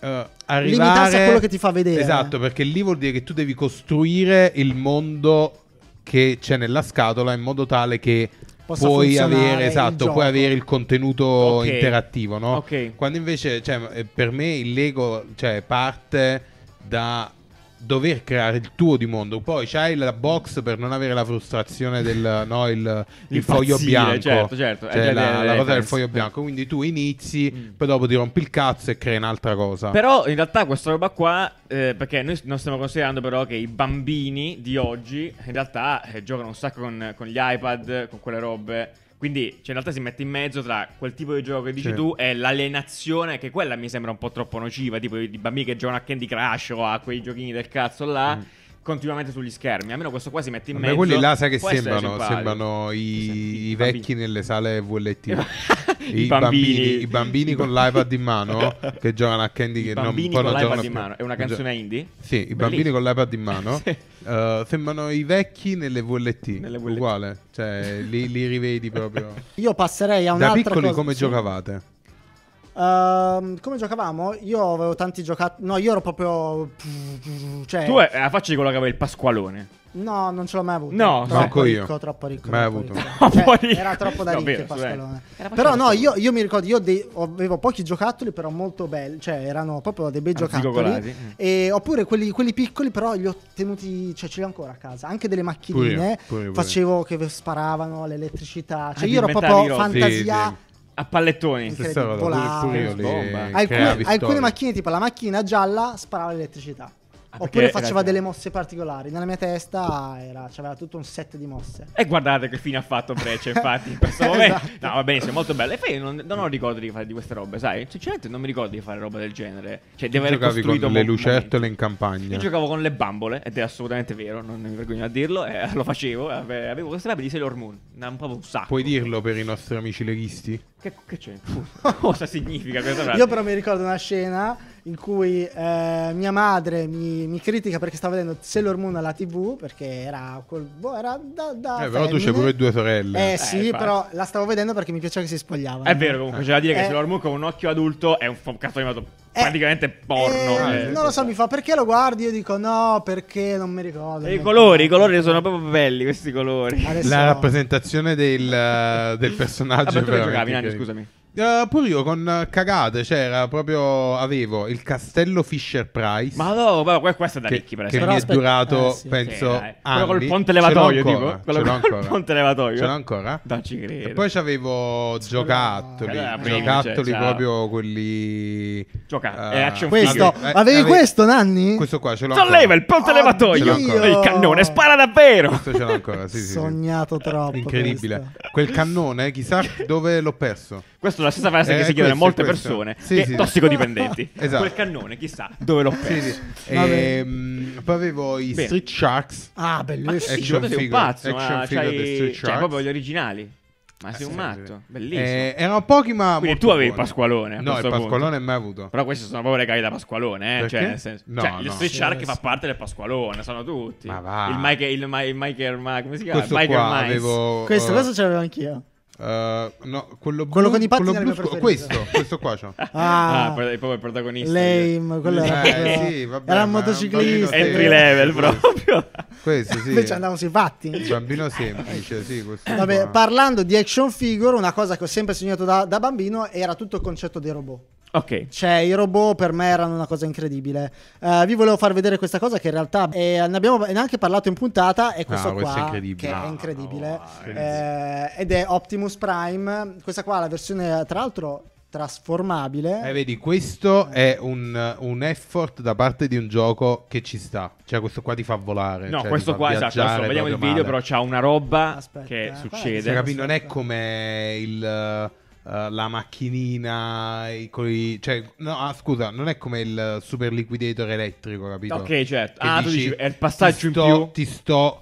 Speaker 2: eh, arrivare.
Speaker 3: Limitarsi a quello che ti fa vedere.
Speaker 2: Esatto, perché lì vuol dire che tu devi costruire il mondo che c'è nella scatola in modo tale che.
Speaker 3: Possa
Speaker 2: puoi
Speaker 3: funzionare
Speaker 2: avere,
Speaker 3: il
Speaker 2: esatto,
Speaker 3: gioco.
Speaker 2: puoi avere il contenuto
Speaker 1: Ok.
Speaker 2: interattivo, no?
Speaker 1: Ok.
Speaker 2: Quando invece, cioè, eh, per me il Lego cioè, parte da dover creare il tuo di mondo. Poi c'hai la box per non avere la frustrazione del no, il, il foglio
Speaker 1: Impazzire,
Speaker 2: bianco.
Speaker 1: certo, certo. Eh,
Speaker 2: Cioè,
Speaker 1: già,
Speaker 2: la,
Speaker 1: eh,
Speaker 2: la
Speaker 1: eh,
Speaker 2: cosa del
Speaker 1: penso.
Speaker 2: foglio bianco. Quindi tu inizi,
Speaker 1: Mm.
Speaker 2: poi dopo ti rompi il cazzo e crei un'altra cosa.
Speaker 1: Però in realtà questa roba qua, eh, perché noi non stiamo considerando però che i bambini di oggi in realtà eh, giocano un sacco con, con gli iPad, con quelle robe. Quindi cioè, in realtà si mette in mezzo tra quel tipo di gioco che dici
Speaker 2: Sì.
Speaker 1: tu e l'alienazione, che quella mi sembra un po' troppo nociva, tipo i i bambini che giocano a Candy Crush o a quei giochini del cazzo là. Continuamente sugli schermi, almeno questo qua si mette in
Speaker 2: Ma
Speaker 1: mezzo.
Speaker 2: Mm. quelli là sai che
Speaker 1: può essere
Speaker 2: sembrano,
Speaker 1: simpatico.
Speaker 2: sembrano i,
Speaker 1: Sì,
Speaker 2: i
Speaker 1: bambini.
Speaker 2: vecchi nelle sale VLT.
Speaker 1: I bambini.
Speaker 2: i bambini con l'iPad in mano che giocano a Candy
Speaker 1: I
Speaker 2: che
Speaker 1: bambini
Speaker 2: non, poi
Speaker 1: con
Speaker 2: non
Speaker 1: l'iPad
Speaker 2: giocano
Speaker 1: in
Speaker 2: più.
Speaker 1: mano. È una
Speaker 2: Non gio-
Speaker 1: canzone indie?
Speaker 2: Sì, i bambini
Speaker 1: Bellissimo.
Speaker 2: con l'iPad in mano
Speaker 1: Sì.
Speaker 2: eh, sembrano i vecchi nelle VLT,
Speaker 1: Nelle VLT.
Speaker 2: uguale, cioè li, li rivedi proprio.
Speaker 3: Io passerei a
Speaker 2: da
Speaker 3: un'altra
Speaker 2: piccoli
Speaker 3: cosa-
Speaker 2: come
Speaker 3: sì.
Speaker 2: giocavate?
Speaker 3: Ehm, come giocavamo? Io avevo tanti giocattoli. No, io ero proprio. Cioè,
Speaker 1: Tu eh, la faccia di quello che aveva il Pasqualone.
Speaker 3: No, non ce l'ho mai avuto.
Speaker 1: No,
Speaker 3: troppo
Speaker 2: manco io.
Speaker 3: Ricco, troppo ricco.
Speaker 2: Mai
Speaker 3: troppo
Speaker 2: avuto.
Speaker 3: ricco. Cioè,
Speaker 1: Troppo ricco.
Speaker 3: Era troppo da
Speaker 1: No,
Speaker 3: ricchi
Speaker 1: vero,
Speaker 3: il Pasqualone.
Speaker 1: scusa, era
Speaker 3: Però no,
Speaker 1: Pasqualone.
Speaker 3: io, io mi ricordo, io dei- avevo pochi giocattoli, però molto belli. Cioè, erano proprio dei bei giocattoli.
Speaker 1: Arzigogolati.
Speaker 3: E, oppure quelli, quelli piccoli, però li ho tenuti, cioè ce li ho ancora a casa. Anche delle macchinine.
Speaker 2: Pure io, pure io.
Speaker 3: Facevo che sparavano l'elettricità. Cioè,
Speaker 1: Ah,
Speaker 3: io ero
Speaker 1: ti inventavi
Speaker 3: proprio
Speaker 1: roba.
Speaker 3: fantasia.
Speaker 2: Sì,
Speaker 1: A pallettoni.
Speaker 3: Sì.
Speaker 2: Stessa cosa,
Speaker 3: Volare.
Speaker 2: pure, pure io li
Speaker 1: Bomba.
Speaker 2: creavi
Speaker 3: Alcune,
Speaker 2: storie.
Speaker 3: alcune macchine, tipo la macchina gialla, sparava l'elettricità. Oppure
Speaker 1: perché
Speaker 3: faceva
Speaker 1: era-
Speaker 3: delle mosse particolari. Nella mia testa era, c'aveva tutto un set di mosse.
Speaker 1: E guardate che fine ha fatto Breccia, infatti, in questo momento.
Speaker 3: Esatto.
Speaker 1: No, va benissimo, molto bello. E poi non, non ho ricordo di fare di queste robe, sai? Sinceramente non mi ricordo di fare roba del genere. Cioè, deve aver
Speaker 2: giocavi con
Speaker 1: costruito
Speaker 2: le
Speaker 1: mo-
Speaker 2: lucertole in
Speaker 1: momenti. Io
Speaker 2: campagna.
Speaker 1: giocavo con le bambole, ed è assolutamente vero, non mi vergogno a dirlo, e lo facevo. e ave- Avevo queste robe di Sailor Moon, ne avevo proprio un sacco.
Speaker 2: Puoi dirlo per i nostri amici leghisti? Eh,
Speaker 1: Che, che c'è? Cosa significa questa frase?
Speaker 3: Io però mi ricordo una scena in cui eh, mia madre mi, mi critica perché stava vedendo Sailor Moon alla tv perché era, quel, boh, era da, da
Speaker 1: Ah,
Speaker 2: Eh, però tu
Speaker 3: femmine.
Speaker 2: c'hai pure due sorelle.
Speaker 3: Eh sì,
Speaker 1: infatti.
Speaker 3: però la stavo vedendo perché mi piaceva che si spogliavano.
Speaker 1: È vero, comunque, c'è da dire che
Speaker 3: Eh.
Speaker 1: Sailor Moon con un occhio adulto è un fo- cartone animato
Speaker 3: Eh,
Speaker 1: praticamente porno.
Speaker 3: eh,
Speaker 1: eh,
Speaker 3: non lo so, mi fa perché lo guardi? Io dico no, perché non mi ricordo.
Speaker 1: E I colori, i colori sono proprio belli, questi colori.
Speaker 3: Adesso-
Speaker 2: La rappresentazione del, eh, del personaggio.
Speaker 1: Vabbè, Ah, tu che
Speaker 2: veramente
Speaker 1: giocavi, Nani,
Speaker 2: incredibile.
Speaker 1: scusami.
Speaker 2: Eh, pure io con eh, cagate, c'era proprio. Avevo il castello Fisher Price.
Speaker 1: Ma no, ma que- questo è da
Speaker 2: che,
Speaker 1: ricchi, per
Speaker 2: che
Speaker 1: esempio.
Speaker 2: mi è
Speaker 3: aspetta-
Speaker 2: durato,
Speaker 3: eh, sì.
Speaker 2: penso,
Speaker 1: Sì, dai.
Speaker 2: anni.
Speaker 1: Quello col ponte
Speaker 2: Ce l'ho
Speaker 1: levatoio,
Speaker 2: ancora,
Speaker 1: dico. Quello
Speaker 2: ce l'ho
Speaker 1: col
Speaker 2: ancora.
Speaker 1: ponte levatoio.
Speaker 2: Ce l'ho ancora.
Speaker 1: Non ci credo.
Speaker 2: E poi c'avevo giocattoli,
Speaker 1: Allora, prima,
Speaker 2: giocattoli
Speaker 1: cioè,
Speaker 2: proprio quelli...
Speaker 1: Gioca-
Speaker 2: eh,
Speaker 1: è action
Speaker 3: Questo,
Speaker 1: figure.
Speaker 2: eh,
Speaker 3: avevi
Speaker 2: ave-
Speaker 3: questo, Nanni?
Speaker 2: Questo qua ce l'ho ancora.
Speaker 1: Solleva il ponte
Speaker 3: Oddio!
Speaker 1: levatoio.
Speaker 2: Ce l'ho ancora.
Speaker 1: Il cannone spara davvero.
Speaker 2: Questo ce l'ho ancora, sì, sì, sì.
Speaker 3: Sognato troppo.
Speaker 2: Incredibile.
Speaker 3: questo.
Speaker 2: Quel cannone, chissà dove l'ho perso.
Speaker 1: Questa è la stessa frase
Speaker 2: Eh,
Speaker 1: che si
Speaker 2: questo,
Speaker 1: chiedono a molte
Speaker 2: questo.
Speaker 1: persone.
Speaker 2: Sì,
Speaker 1: che
Speaker 2: sì.
Speaker 1: tossicodipendenti.
Speaker 2: Esatto.
Speaker 1: Quel cannone, chissà dove l'ho
Speaker 2: Sì,
Speaker 1: preso.
Speaker 2: sì.
Speaker 3: Vabbè.
Speaker 2: Ehm, poi avevo i
Speaker 1: Bene.
Speaker 2: Street Sharks.
Speaker 3: Ah,
Speaker 1: Ma che
Speaker 3: bellissimo.
Speaker 1: figo,
Speaker 2: Action
Speaker 1: tu sei un
Speaker 2: figure,
Speaker 1: pazzo.
Speaker 2: action
Speaker 1: Ma
Speaker 2: figure dei
Speaker 1: c'hai...
Speaker 2: Street
Speaker 1: Cioè, proprio
Speaker 2: Sharks.
Speaker 1: gli originali. Ma sei
Speaker 2: Eh,
Speaker 1: un
Speaker 2: sì,
Speaker 1: matto.
Speaker 2: sì.
Speaker 1: Bellissimo.
Speaker 2: Eh, erano pochi, ma.
Speaker 1: Quindi
Speaker 2: molto
Speaker 1: tu avevi
Speaker 2: buoni.
Speaker 1: Pasqualone, a
Speaker 2: No, il
Speaker 1: questo punto.
Speaker 2: Pasqualone mai avuto.
Speaker 1: Però questi sono proprio le gare da Pasqualone, eh?
Speaker 2: Perché?
Speaker 1: Cioè, nel senso,
Speaker 2: No,
Speaker 1: cioè,
Speaker 2: no.
Speaker 1: il Street
Speaker 3: Sì,
Speaker 1: Shark
Speaker 3: sì.
Speaker 1: fa parte del Pasqualone, sono tutti.
Speaker 2: Ma va.
Speaker 1: Il Michael, il, Ma- il Michael, Ma- come si chiama?
Speaker 2: Questo
Speaker 1: Michael
Speaker 2: qua
Speaker 1: Mice.
Speaker 2: avevo.
Speaker 3: Questo,
Speaker 2: eh,
Speaker 3: questo ce l'avevo anch'io.
Speaker 2: eh, no, quello, blu,
Speaker 3: Quello con i patti
Speaker 2: quello
Speaker 3: era il
Speaker 2: blu
Speaker 3: mio
Speaker 2: scuro-
Speaker 3: preferito.
Speaker 2: Questo, questo qua c'ho.
Speaker 1: Ah,
Speaker 3: Ah,
Speaker 1: pro- è proprio il protagonista.
Speaker 3: lame, quello era
Speaker 2: Eh,
Speaker 3: proprio-
Speaker 2: sì, vabbè,
Speaker 3: era
Speaker 2: ma
Speaker 3: un
Speaker 2: non
Speaker 3: motociclista.
Speaker 2: voglio
Speaker 1: Entry
Speaker 2: dire-
Speaker 1: level proprio.
Speaker 2: Questo sì.
Speaker 3: Invece andavamo sui fatti.
Speaker 2: Il bambino semplice, sì, questo
Speaker 3: Vabbè,
Speaker 2: qua.
Speaker 3: parlando di action figure, una cosa che ho sempre sognato da, da bambino era tutto il concetto dei robot.
Speaker 2: Eh,
Speaker 1: ok.
Speaker 3: Cioè, i robot per me erano una cosa incredibile. Eh, vi volevo far vedere questa cosa che in realtà eh, ne abbiamo neanche parlato in puntata. È questo
Speaker 2: No, Ah, questo
Speaker 3: qua,
Speaker 2: è incredibile.
Speaker 3: che è
Speaker 2: No,
Speaker 3: incredibile.
Speaker 1: no, è
Speaker 3: Eh, ed è Optimus Prime. Questa qua, la versione, tra l'altro, trasformabile.
Speaker 2: Eh, vedi, questo è un, un effort da parte di un gioco che ci sta. Cioè, questo qua ti fa volare.
Speaker 1: No,
Speaker 2: cioè,
Speaker 1: questo
Speaker 2: ti fa
Speaker 1: qua, esatto.
Speaker 2: viaggiare
Speaker 1: Adesso vediamo il
Speaker 2: proprio
Speaker 1: video, però
Speaker 2: male.
Speaker 1: c'ha una roba
Speaker 3: Aspetta,
Speaker 1: che
Speaker 3: eh,
Speaker 1: succede.
Speaker 2: Cioè,
Speaker 3: guarda,
Speaker 2: capi, non è come il, eh, la macchinina. i- con i- cioè, no, ah, scusa, non è come il super liquidator elettrico, capito?
Speaker 1: Ok, certo.
Speaker 2: Che
Speaker 1: Ah, tu dici, è il passaggio
Speaker 2: ti
Speaker 1: in
Speaker 2: sto-
Speaker 1: più.
Speaker 2: Ti sto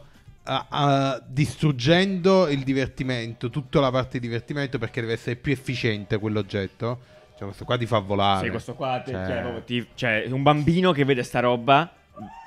Speaker 2: ah, ah, distruggendo il divertimento, tutta la parte di divertimento, perché deve essere più efficiente quell'oggetto. Cioè, questo qua ti fa volare.
Speaker 1: Sì, questo qua, te-
Speaker 2: Cioè,
Speaker 1: cioè, proprio ti- cioè, un bambino che vede sta roba.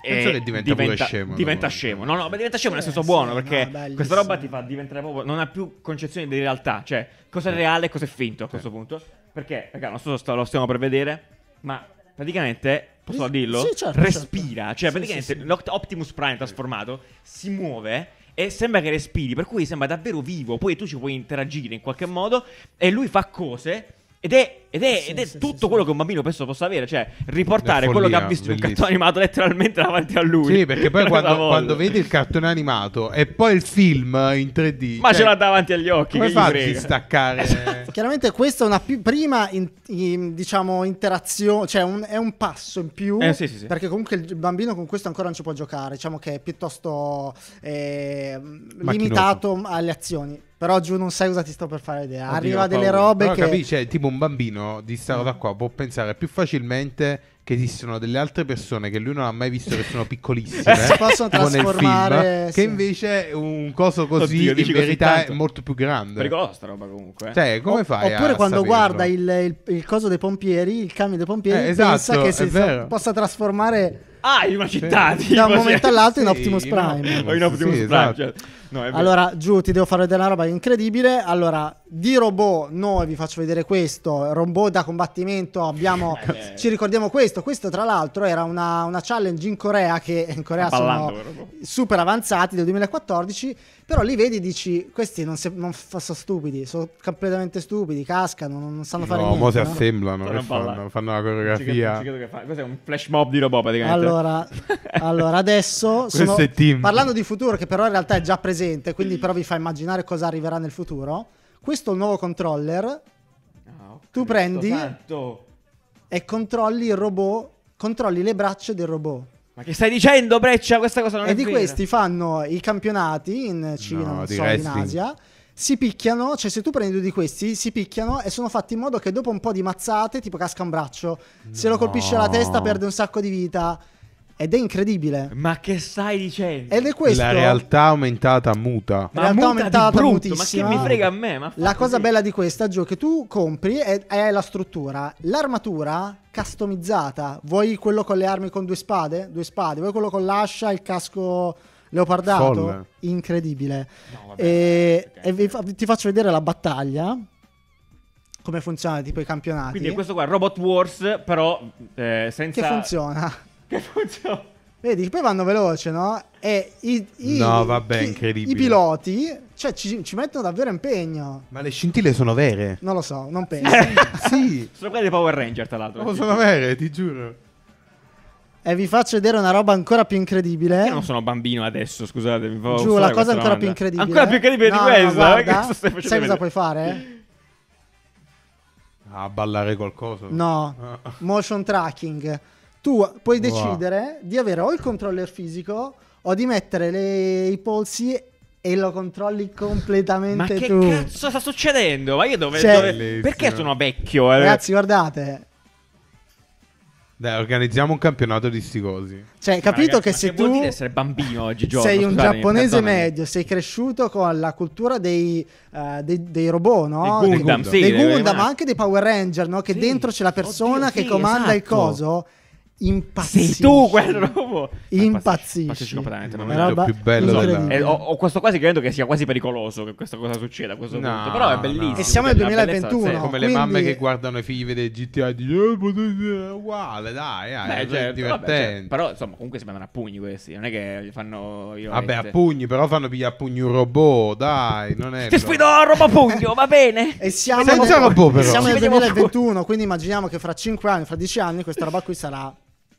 Speaker 2: Penso
Speaker 1: e
Speaker 2: che diventa pure scemo,
Speaker 1: Diventa
Speaker 2: dopo.
Speaker 1: scemo. No, no, ma diventa scemo nel
Speaker 3: Sì,
Speaker 1: senso
Speaker 3: Eh, sì,
Speaker 1: buono.
Speaker 3: no,
Speaker 1: perché
Speaker 3: bellissimo.
Speaker 1: questa roba ti fa diventare proprio. Non ha più concezione di realtà. Cioè, cosa
Speaker 2: Eh.
Speaker 1: è reale e cosa è finto a questo punto. Perché, raga, non so se sto- lo stiamo per vedere, ma praticamente. Posso
Speaker 3: Sì,
Speaker 1: dirlo?
Speaker 3: sì, certo,
Speaker 1: Respira.
Speaker 3: certo.
Speaker 1: Cioè,
Speaker 3: Sì,
Speaker 1: praticamente
Speaker 3: sì, sì.
Speaker 1: l'Oct- Optimus Prime trasformato si muove. E sembra che respiri, per cui sembra davvero vivo. Poi tu ci puoi interagire in qualche modo. E lui fa cose. Ed è, ed è-
Speaker 3: Sì,
Speaker 1: ed è
Speaker 3: sì,
Speaker 1: tutto
Speaker 3: sì, sì.
Speaker 1: quello che un bambino penso possa avere. Cioè, riportare
Speaker 2: È
Speaker 1: quello che ha
Speaker 2: follia,
Speaker 1: visto in un
Speaker 2: bellissimo.
Speaker 1: cartone animato letteralmente davanti a lui.
Speaker 2: Sì, perché poi
Speaker 1: Una
Speaker 2: quando,
Speaker 1: cosa folle.
Speaker 2: quando vedi il cartone animato e poi il film in 3D.
Speaker 1: Ma
Speaker 2: cioè,
Speaker 1: ce l'ha davanti agli occhi.
Speaker 2: Come
Speaker 1: che gli
Speaker 2: fa a
Speaker 1: frega?
Speaker 2: distaccare?
Speaker 3: Chiaramente questa è una pi- prima in- in- diciamo interazione, cioè un- è un passo in più,
Speaker 1: Eh, sì, sì, sì.
Speaker 3: perché comunque il bambino con questo ancora non ci può giocare, diciamo che è piuttosto eh, limitato alle azioni. Però giù non sai cosa ti sto per fare vedere.
Speaker 2: Oddio,
Speaker 3: Arriva
Speaker 2: ho
Speaker 3: delle
Speaker 2: paura.
Speaker 3: robe
Speaker 2: Però
Speaker 3: che Mm.
Speaker 2: capisci, cioè, tipo un bambino di sta roba qua può pensare più facilmente che esistono delle altre persone che lui non ha mai visto che sono piccolissime
Speaker 3: Eh, Si possono
Speaker 2: tipo nel
Speaker 3: trasformare,
Speaker 2: film,
Speaker 3: sì.
Speaker 2: che invece un coso così
Speaker 1: Oddio, dici
Speaker 2: in
Speaker 1: così
Speaker 2: verità
Speaker 1: tanto.
Speaker 2: è molto più grande
Speaker 1: Pericolosa sta roba comunque. eh.
Speaker 2: cioè come
Speaker 3: O-
Speaker 2: fai a
Speaker 3: Oppure quando
Speaker 2: saperlo?
Speaker 3: guarda il, il, il coso dei pompieri, il camion dei pompieri,
Speaker 2: Eh, esatto,
Speaker 3: pensa che si
Speaker 2: è vero.
Speaker 3: possa trasformare
Speaker 1: Ah, in una città. tipo,
Speaker 3: da un
Speaker 1: sì.
Speaker 3: momento all'altro in
Speaker 2: Sì,
Speaker 3: Optimus
Speaker 2: in
Speaker 3: Prime.
Speaker 2: Optimus.
Speaker 1: O in Optimus
Speaker 2: Sì,
Speaker 1: Prime,
Speaker 2: esatto.
Speaker 1: cioè. No, è vero.
Speaker 3: Allora, giù, ti devo far vedere una roba incredibile. Allora, di robot, noi vi faccio vedere questo. Robot da combattimento, abbiamo,
Speaker 1: Eh,
Speaker 3: ci ricordiamo questo. Questo, tra l'altro, era una, una challenge in Corea che in Corea
Speaker 1: Sta ballando,
Speaker 3: sono
Speaker 1: proprio.
Speaker 3: super avanzati del 2014. Però li vedi e dici, questi non, se- non f- sono stupidi, sono completamente stupidi, cascano, non, non sanno fare
Speaker 2: no, mo
Speaker 3: niente.
Speaker 2: si
Speaker 3: no?
Speaker 2: assemblano
Speaker 1: Torna
Speaker 2: che
Speaker 1: a ballare.
Speaker 2: fanno, fanno la
Speaker 1: Non ci credo- non ci
Speaker 2: coreografia
Speaker 1: credo che fa- Questo è un flash mob di robot praticamente.
Speaker 3: Allora, allora, adesso
Speaker 2: Questo
Speaker 3: sono-
Speaker 2: è Tim.
Speaker 3: parlando di futuro, che però in realtà è già presente, quindi però vi fa immaginare cosa arriverà nel futuro. Questo è un nuovo controller
Speaker 1: No, Cristo
Speaker 3: Tu prendi-
Speaker 1: santo.
Speaker 3: e controlli il robot, controlli le braccia del robot.
Speaker 1: Ma che stai dicendo, Breccia? Questa cosa non è
Speaker 3: e di
Speaker 1: vera.
Speaker 3: questi fanno i campionati in Cina,
Speaker 2: No,
Speaker 3: non
Speaker 2: di
Speaker 3: so,
Speaker 2: wrestling.
Speaker 3: in Asia. Si picchiano, cioè se tu prendi due di questi, si picchiano e sono fatti in modo che dopo un po' di mazzate, tipo casca un braccio, se lo
Speaker 2: No.
Speaker 3: colpisce alla testa perde un sacco di vita. Ed è incredibile.
Speaker 1: Ma che stai dicendo?
Speaker 3: Ed è questo.
Speaker 2: La realtà aumentata muta.
Speaker 1: Ma
Speaker 3: realtà
Speaker 1: muta
Speaker 3: aumentata,
Speaker 1: di brutto,
Speaker 3: mutissima.
Speaker 1: ma che mi frega a me? Ma
Speaker 3: La
Speaker 2: Ah,
Speaker 1: fatti
Speaker 3: cosa
Speaker 1: sì.
Speaker 3: bella di questa, Gio, che tu compri è, è la struttura, l'armatura customizzata. Vuoi quello con le armi con due spade? Due spade. Vuoi quello con l'ascia, il casco leopardato?
Speaker 2: Folle.
Speaker 3: Incredibile.
Speaker 1: No, Oh, vabbè,
Speaker 3: e
Speaker 1: ok.
Speaker 3: e vi fa- ti faccio vedere la battaglia. Come funziona tipo i campionati.
Speaker 1: Quindi è questo qua, Robot Wars, però eh, senza...
Speaker 3: che funziona.
Speaker 1: Che funziona?
Speaker 3: Vedi, poi vanno veloce, no? E i, i-
Speaker 2: No, vabbè,
Speaker 3: chi-
Speaker 2: incredibile.
Speaker 3: I piloti, cioè, ci, ci mettono davvero impegno.
Speaker 2: Ma le scintille sono vere.
Speaker 3: Non lo so, non penso.
Speaker 2: sì,
Speaker 1: Sono quelle dei Power Ranger, tra l'altro.
Speaker 2: no, sono vere, ti giuro.
Speaker 3: E vi faccio vedere una roba ancora più incredibile.
Speaker 1: Io non sono bambino adesso, scusate. Mi fa
Speaker 3: Giù,
Speaker 1: fare
Speaker 3: la
Speaker 1: questa
Speaker 3: cosa ancora
Speaker 1: domanda.
Speaker 3: più incredibile.
Speaker 1: Ancora più incredibile
Speaker 3: No,
Speaker 1: di
Speaker 3: no,
Speaker 1: questa. eh,
Speaker 3: guarda,
Speaker 1: che cosa stai facendo
Speaker 3: sai cosa
Speaker 1: vedere?
Speaker 3: puoi fare?
Speaker 2: A ballare qualcosa.
Speaker 3: No, motion tracking. Tu puoi
Speaker 2: Wow.
Speaker 3: decidere di avere o il controller fisico o di mettere le- i polsi e lo controlli
Speaker 1: Ma
Speaker 3: completamente
Speaker 1: che
Speaker 3: tu.
Speaker 1: cazzo sta succedendo? Ma io dove...
Speaker 3: Cioè-
Speaker 1: dove-
Speaker 2: Bellissimo.
Speaker 1: Perché sono vecchio? eh?
Speaker 3: Ragazzi, guardate.
Speaker 2: Dai, organizziamo un campionato di sti cosi.
Speaker 3: Cioè,
Speaker 1: Ma
Speaker 3: capito
Speaker 1: ragazzi,
Speaker 3: che
Speaker 1: ma
Speaker 3: se
Speaker 1: vuol
Speaker 3: tu
Speaker 1: dire essere bambino oggigiorno?
Speaker 3: sei un
Speaker 1: Scusatemi,
Speaker 3: giapponese
Speaker 1: perdonami.
Speaker 3: medio, sei cresciuto con la cultura dei, eh, dei, dei robot, no?
Speaker 1: Dei Gundam,
Speaker 2: Dei
Speaker 1: sì,
Speaker 3: dei
Speaker 1: dei
Speaker 3: Gundam, ma anche dei Power Ranger, no? Che
Speaker 1: Sì.
Speaker 3: dentro c'è la persona
Speaker 1: Oddio,
Speaker 3: che
Speaker 1: sì,
Speaker 3: comanda il
Speaker 1: esatto.
Speaker 3: coso. Impazzisci.
Speaker 1: Sei tu quel robot.
Speaker 3: Impazzisci.
Speaker 1: Impazzisci completamente.
Speaker 2: Non
Speaker 1: non
Speaker 2: è
Speaker 1: mi-
Speaker 2: Una roba oh. più bello
Speaker 1: Eh, ho, ho questo quasi credo che sia quasi pericoloso che questa cosa succeda a questo
Speaker 2: No,
Speaker 1: punto. Però è
Speaker 2: no.
Speaker 1: bellissimo.
Speaker 2: E
Speaker 3: siamo nel
Speaker 1: Cioè, la bellezza
Speaker 3: 2021.
Speaker 1: del senso.
Speaker 2: Come
Speaker 3: quindi-
Speaker 2: le mamme che guardano i figli vedere GTA e dicono, "Eh, potete- è uguale, dai, dai,
Speaker 1: Beh,
Speaker 2: è
Speaker 1: certo, vabbè, certo.
Speaker 2: divertente.
Speaker 1: Però insomma, comunque si mandano a pugni questi. Non è che li fanno. Io
Speaker 2: Vabbè, a pugni, però fanno pigliare a pugni un robot, dai, non è...
Speaker 1: Ti sfido, roba pugno, va bene.
Speaker 3: E siamo,
Speaker 2: Senza
Speaker 3: nel-
Speaker 2: robot, però.
Speaker 3: siamo
Speaker 1: Ci
Speaker 3: nel
Speaker 1: vediamo
Speaker 3: 2021, quindi immaginiamo che fra 5 anni, fra 10 anni, questa roba qui sarà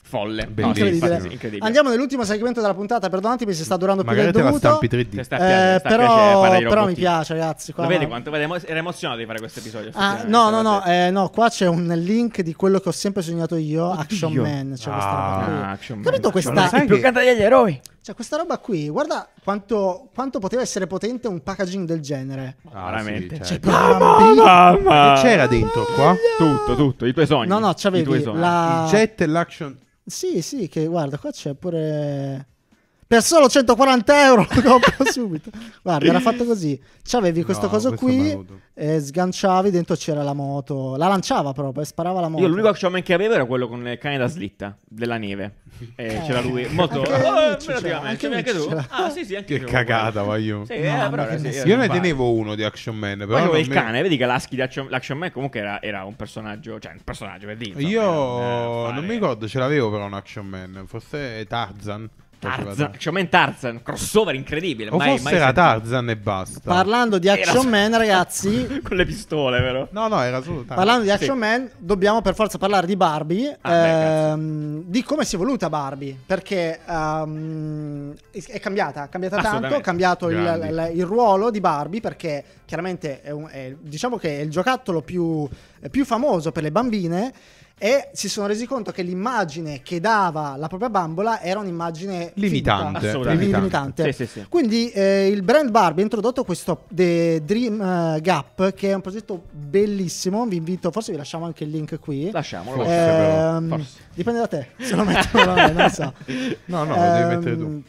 Speaker 1: Folle.
Speaker 2: Bellissimo.
Speaker 1: No, sì, infatti,
Speaker 3: incredibile.
Speaker 1: sì, incredibile.
Speaker 3: Andiamo nell'ultimo segmento della puntata, perdonatemi se sta durando più
Speaker 2: Magari te
Speaker 3: del
Speaker 2: la
Speaker 3: dovuto.
Speaker 2: stampi
Speaker 1: Ti
Speaker 2: 3D.
Speaker 1: sta a piacere,
Speaker 3: Eh,
Speaker 1: sta a piacere
Speaker 3: però,
Speaker 1: parlare di
Speaker 3: però mi
Speaker 1: robottini.
Speaker 3: piace, ragazzi. Qua, eh.
Speaker 1: Lo vedi quanto guarda, emo- era emozionato di fare questo episodio?
Speaker 3: Ah,
Speaker 1: effettivamente,
Speaker 3: no, no, no,
Speaker 1: guardate.
Speaker 3: eh, no, qua c'è un link di quello che ho sempre sognato io, Action Man. Cioè questa
Speaker 2: Ah,
Speaker 3: roba qui.
Speaker 1: Action Man.
Speaker 3: Capito
Speaker 1: Ma
Speaker 3: questa?
Speaker 2: lo sai
Speaker 1: Il più
Speaker 2: che-
Speaker 1: canta degli eroi.
Speaker 3: Cioè, questa roba qui, guarda quanto, quanto poteva essere potente un packaging del genere.
Speaker 2: Ah,
Speaker 1: Veramente.
Speaker 2: sì,
Speaker 3: Cioè,
Speaker 2: certo.
Speaker 3: per bambini- Ah.
Speaker 2: Che c'era dentro qua?
Speaker 1: Tutto, tutto, i tuoi sogni.
Speaker 3: No,
Speaker 1: I
Speaker 3: no,
Speaker 1: tuoi
Speaker 3: c'avevi
Speaker 1: sogni.
Speaker 3: la...
Speaker 2: Il jet e l'action...
Speaker 3: Sì, sì, che guarda, qua c'è pure... Per solo 140 euro lo compro subito. Guarda, era fatto così. C'avevi questo
Speaker 2: No,
Speaker 3: coso
Speaker 2: questo è
Speaker 3: qui,
Speaker 2: maludo.
Speaker 3: e sganciavi, dentro c'era la moto. La lanciava proprio, e sparava la moto.
Speaker 1: Io l'unico action man che avevo era quello con il cane da slitta della neve. E c'era lui. Molto.
Speaker 3: Eh. anche
Speaker 1: Oh,
Speaker 3: Mitch c'era,
Speaker 1: relativamente,
Speaker 3: anche
Speaker 1: c'era
Speaker 3: Mitch
Speaker 1: tu.
Speaker 3: c'era.
Speaker 1: Ah, sì, sì, anche
Speaker 2: Che
Speaker 1: io.
Speaker 2: cagata, voglio.
Speaker 1: Sì,
Speaker 2: Io
Speaker 1: eh,
Speaker 3: Mamma
Speaker 1: però
Speaker 3: che
Speaker 1: era- sì,
Speaker 3: mess-
Speaker 1: era
Speaker 2: ne
Speaker 1: un bar.
Speaker 2: tenevo uno di Action Man,
Speaker 1: Poi
Speaker 2: però
Speaker 1: avevo
Speaker 2: non
Speaker 1: il
Speaker 2: me-
Speaker 1: cane, vedi che l'aschi di action, l'action man comunque era, era un personaggio, cioè un personaggio per dire. insomma,
Speaker 2: Io
Speaker 1: era un, eh,
Speaker 2: non
Speaker 1: fare-
Speaker 2: mi ricordo, ce l'avevo però un Action Man, forse Tarzan.
Speaker 1: Tarzan, action man Tarzan, crossover incredibile.
Speaker 2: O
Speaker 1: mai,
Speaker 2: forse
Speaker 1: mai
Speaker 2: era
Speaker 1: sentito.
Speaker 2: Tarzan e basta.
Speaker 3: Parlando di
Speaker 1: Era-
Speaker 3: Action Man, ragazzi,
Speaker 1: con le pistole, vero?
Speaker 2: No, no, era solo Tarzan.
Speaker 3: Parlando di
Speaker 1: Sì.
Speaker 3: Action Man, dobbiamo per forza parlare di Barbie,
Speaker 1: Ah, beh,
Speaker 3: ehm, di come si è voluta Barbie, perché ehm, è cambiata, è cambiata tanto, è
Speaker 1: Assolutamente.
Speaker 3: cambiato il,
Speaker 2: Grandi.
Speaker 3: il- il ruolo di Barbie, perché chiaramente è un- è- diciamo che è il giocattolo più, eh, più famoso per le bambine e si sono resi conto che l'immagine che dava la propria bambola era un'immagine finta.
Speaker 2: Limitante.
Speaker 1: Assolutamente.
Speaker 3: Limitante.
Speaker 1: Sì, sì, sì.
Speaker 3: Quindi eh, il brand Barbie ha introdotto questo The Dream eh, Gap, che è un progetto bellissimo. Vi invito, forse vi lasciamo anche il link qui.
Speaker 1: Lasciamolo.
Speaker 2: Forse,
Speaker 3: Ehm,
Speaker 1: però, forse.
Speaker 3: Dipende da te, se lo mettono da me, non lo so.
Speaker 2: No, no, lo devi
Speaker 3: Ehm,
Speaker 2: mettere tu.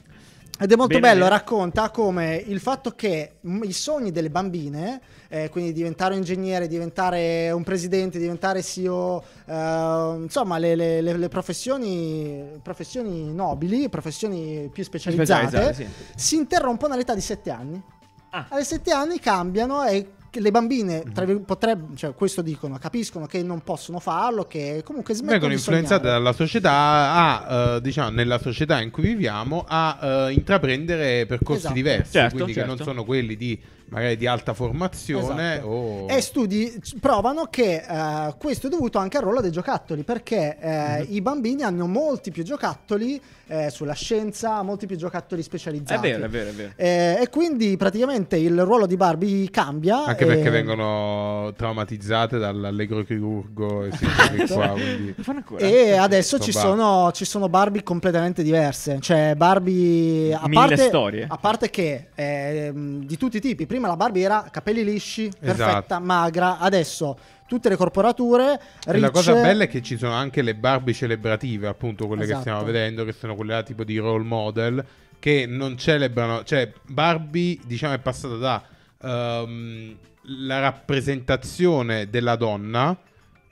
Speaker 3: Ed è molto
Speaker 1: Bene,
Speaker 3: bello,
Speaker 1: bene.
Speaker 3: racconta come il fatto che mh, i sogni delle bambine, eh, quindi diventare un ingegnere, diventare un presidente, diventare CEO, eh, insomma le, le- le- le professioni, professioni nobili, professioni più specializzate,
Speaker 1: Specializzate, sì.
Speaker 3: si interrompono all'età di 7 anni.
Speaker 1: Ah.
Speaker 3: Alle 7 anni cambiano e che le bambine tra
Speaker 2: Mhm.
Speaker 3: vir- potrebbero, cioè questo dicono, capiscono che non possono farlo, che comunque smettono
Speaker 2: Vengono
Speaker 3: di
Speaker 2: influenzate
Speaker 3: sognare.
Speaker 2: dalla società a, eh, diciamo, nella società in cui viviamo a eh, intraprendere percorsi
Speaker 3: Esatto.
Speaker 2: diversi,
Speaker 1: Certo,
Speaker 2: quindi che
Speaker 1: certo.
Speaker 2: non sono quelli di magari di alta formazione
Speaker 3: Esatto.
Speaker 2: o...
Speaker 3: E studi c- provano che eh, questo è dovuto anche al ruolo dei giocattoli, perché eh,
Speaker 2: Mm.
Speaker 3: i bambini hanno molti più giocattoli eh, sulla scienza, molti più giocattoli
Speaker 1: È
Speaker 3: specializzati.
Speaker 1: vero, è vero, è vero.
Speaker 3: Eh, e quindi praticamente il ruolo di Barbie cambia.
Speaker 2: Anche
Speaker 3: e-
Speaker 2: perché vengono traumatizzate dall'allegro chirurgo e si trovi
Speaker 3: Esatto.
Speaker 2: qua, quindi...
Speaker 1: Lo fanno ancora?
Speaker 3: E adesso ci
Speaker 2: Bar-
Speaker 3: sono, ci sono Barbie completamente diverse. Cioè, Barbie. A
Speaker 1: Mille
Speaker 3: parte,
Speaker 1: storie.
Speaker 3: A parte che ehm, di tutti i tipi. Prima la Barbie era capelli lisci, perfetta,
Speaker 2: Esatto.
Speaker 3: magra. Adesso tutte le corporature.
Speaker 2: E La cosa
Speaker 3: ricce.
Speaker 2: bella è che ci sono anche le Barbie celebrative, appunto quelle che
Speaker 3: Esatto.
Speaker 2: stiamo vedendo, che sono quelle là tipo di role model, che non celebrano, cioè Barbie diciamo è passata da ehm, la rappresentazione della donna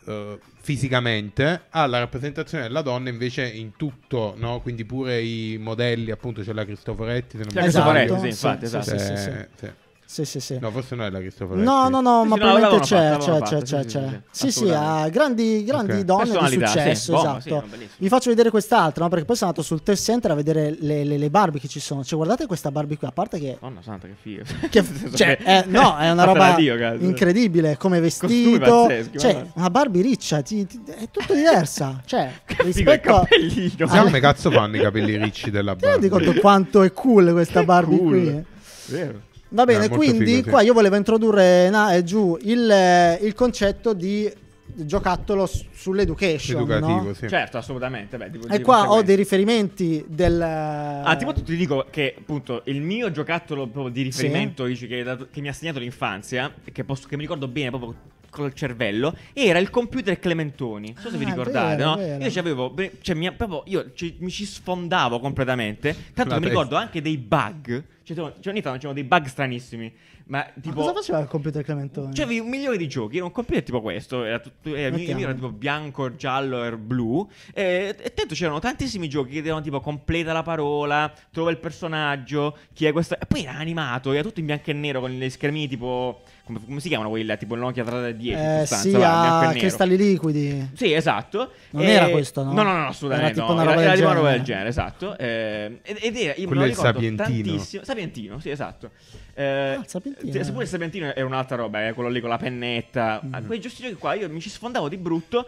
Speaker 2: eh, fisicamente alla rappresentazione della donna invece in tutto, no? quindi pure i modelli, appunto c'è la Cristoforetti, se non
Speaker 1: C'è
Speaker 2: mi
Speaker 1: la
Speaker 2: sbaglio.
Speaker 1: Cristoforetti, sì, infatti,
Speaker 3: sì,
Speaker 1: esatto.
Speaker 3: sì, sì, sì.
Speaker 2: Eh, sì.
Speaker 3: Sì, sì, sì.
Speaker 2: No, forse non è la Cristoforetti.
Speaker 3: No, no, no,
Speaker 1: Sì,
Speaker 3: ma
Speaker 1: sì, no,
Speaker 3: probabilmente
Speaker 1: l'avevano fatta,
Speaker 3: c'è, c'è,
Speaker 1: l'avevano
Speaker 3: c'è,
Speaker 1: fatta,
Speaker 3: c'è,
Speaker 1: sì, sì,
Speaker 3: c'è.
Speaker 1: sì,
Speaker 3: Sì, sì,
Speaker 1: assolutamente.
Speaker 3: ha grandi, grandi
Speaker 2: Ok.
Speaker 3: donne di
Speaker 1: Personalità, sì,
Speaker 3: successo,
Speaker 1: bomba, sì,
Speaker 3: esatto.
Speaker 1: no, bellissimo.
Speaker 3: Vi faccio vedere quest'altra, no? perché poi sono andato sul test center a vedere le, le- le Barbie che ci sono. Cioè, guardate questa Barbie qui, a parte che...
Speaker 1: Madonna santa, che figo.
Speaker 3: che-
Speaker 1: Nel senso
Speaker 3: cioè,
Speaker 1: che-
Speaker 3: eh, no, è
Speaker 1: Fatta da
Speaker 3: una roba
Speaker 1: Dio, cazzo.
Speaker 3: incredibile, come
Speaker 1: Costumi
Speaker 3: vestito.
Speaker 1: pazzeschi,
Speaker 3: Cioè,
Speaker 1: guarda.
Speaker 3: una Barbie riccia, ti- ti- è tutto diversa. Cioè,
Speaker 1: Che figo il
Speaker 3: rispetto... a-
Speaker 1: cappellino.
Speaker 2: Sai
Speaker 3: Ah,
Speaker 2: come cazzo fanno i capelli ricci della
Speaker 3: Ti rendi
Speaker 2: Barbie?
Speaker 3: conto quanto è cool questa
Speaker 1: Che
Speaker 3: Barbie
Speaker 1: cool.
Speaker 3: qui? eh.
Speaker 1: Vero.
Speaker 3: Va bene,
Speaker 2: Eh, molto
Speaker 3: quindi
Speaker 2: figo, sì.
Speaker 3: qua io volevo introdurre na- eh, giù il, eh, il concetto di giocattolo s- sull'education.
Speaker 2: Educativo,
Speaker 3: no?
Speaker 2: sì.
Speaker 1: Certo, assolutamente. beh, cioè di-
Speaker 3: E
Speaker 1: di
Speaker 3: qua ho
Speaker 1: conseguenza.
Speaker 3: dei riferimenti del... Ah,
Speaker 1: Ah, tipo ti dico che appunto il mio giocattolo proprio di riferimento dici, che, dato- che mi ha segnato l'infanzia, e che, posso- che mi ricordo bene proprio col cervello, era il computer Clementoni. Non so se vi
Speaker 3: Ah,
Speaker 1: ricordate,
Speaker 3: vero,
Speaker 1: no?
Speaker 3: vero.
Speaker 1: Io ci avevo, beh, cioè, mi, proprio, io ci- mi ci sfondavo completamente. Tanto che
Speaker 2: La
Speaker 1: mi
Speaker 2: testa.
Speaker 1: ricordo anche dei bug. Cioè, tipo, cioè, ogni tanto c'erano dei bug stranissimi. Ma tipo.
Speaker 3: cosa faceva il computer Clementoni?
Speaker 1: Cioè, avevi un milione di giochi. Era un computer tipo questo. Era tutto, era, il mio- il mio era tipo bianco, giallo e blu. E, e tanto c'erano tantissimi giochi che erano tipo completa la parola, trova il personaggio, chi è questo. E poi era animato, era tutto in bianco e nero con le schermini tipo. Come, come si chiamano quelli là? Tipo il Nokia 310. in
Speaker 3: eh,
Speaker 1: sostanza,
Speaker 3: sì,
Speaker 1: va, bianco e
Speaker 3: ha
Speaker 1: nero.
Speaker 3: cristalli liquidi.
Speaker 1: Sì, esatto.
Speaker 3: Non era questo, no?
Speaker 1: No, no, no, assolutamente.
Speaker 3: Era tipo
Speaker 1: no.
Speaker 3: una roba
Speaker 1: era,
Speaker 3: del
Speaker 1: era tipo una roba
Speaker 3: genere.
Speaker 1: del genere, esatto. Eh, ed, ed era, io me
Speaker 2: Quello
Speaker 1: lo
Speaker 2: è il
Speaker 1: ricordo
Speaker 2: Sapientino.
Speaker 1: tantissimo. Sapientino, sì, esatto. Eh,
Speaker 3: Ah, il Sapientino.
Speaker 1: te- se pure il Sapientino è un'altra roba, è quello lì con la pennetta. Ah,
Speaker 3: Mm.
Speaker 1: Quei giusti giochi qua io mi ci sfondavo di brutto.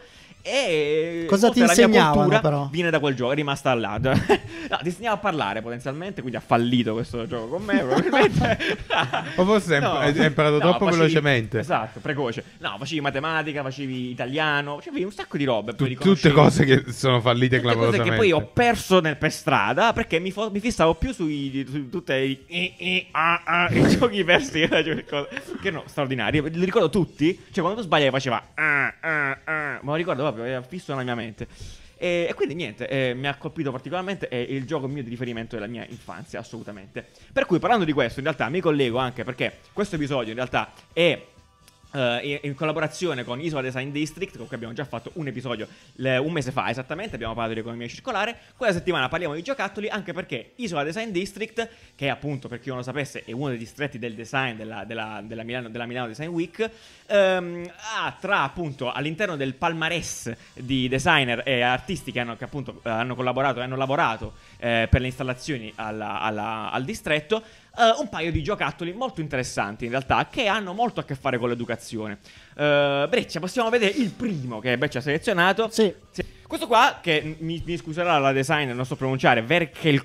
Speaker 1: E
Speaker 3: Cosa ti
Speaker 1: molta della mia
Speaker 3: insegnavano,
Speaker 1: cultura
Speaker 3: però?
Speaker 1: Viene da quel gioco, è rimasta là. no, ti insegnava a parlare potenzialmente, quindi ha fallito questo gioco con me, probabilmente.
Speaker 2: O forse è imp- è- è imparato troppo velocemente.
Speaker 1: Esatto, precoce. No, facevi matematica, facevi italiano, cioè facevi un sacco di robe. poi
Speaker 2: Tu- tutte
Speaker 1: riconoscevi-
Speaker 2: cose che sono fallite
Speaker 1: tutte cose
Speaker 2: clamorosamente.
Speaker 1: che poi ho perso nel, per strada perché mi, fo- mi fissavo più sui su, tutti i, i- i- ah, ah, i giochi persi che facevo il coso. che no, straordinari. Li ricordo tutti. Cioè, quando tu sbagliavi faceva. ah, ah, ah. Ma lo ricordo proprio, era fisso nella mia mente. E, e quindi niente, eh, mi ha colpito particolarmente. È il gioco mio di riferimento della mia infanzia, assolutamente. Per cui parlando di questo, in realtà mi collego anche perché questo episodio in realtà è. eh, in- in collaborazione con Isola Design District, con cui abbiamo già fatto un episodio le- un mese fa esattamente, abbiamo parlato di economia circolare. Quella settimana parliamo di giocattoli anche perché Isola Design District, che è appunto per chi non lo sapesse è uno dei distretti del design della, della- della Milano, della Milano Design Week, ehm, ha tra appunto all'interno del palmarès di designer e artisti che, hanno, che appunto eh, hanno collaborato e hanno lavorato eh, per le installazioni alla- alla- al distretto. eh, un paio di giocattoli molto interessanti in realtà che hanno molto a che fare con l'educazione. Eh, Breccia, possiamo vedere il primo che Breccia ha selezionato.
Speaker 3: Sì.
Speaker 1: Sì. Questo qua, che mi, mi scuserà la designer, non so pronunciare,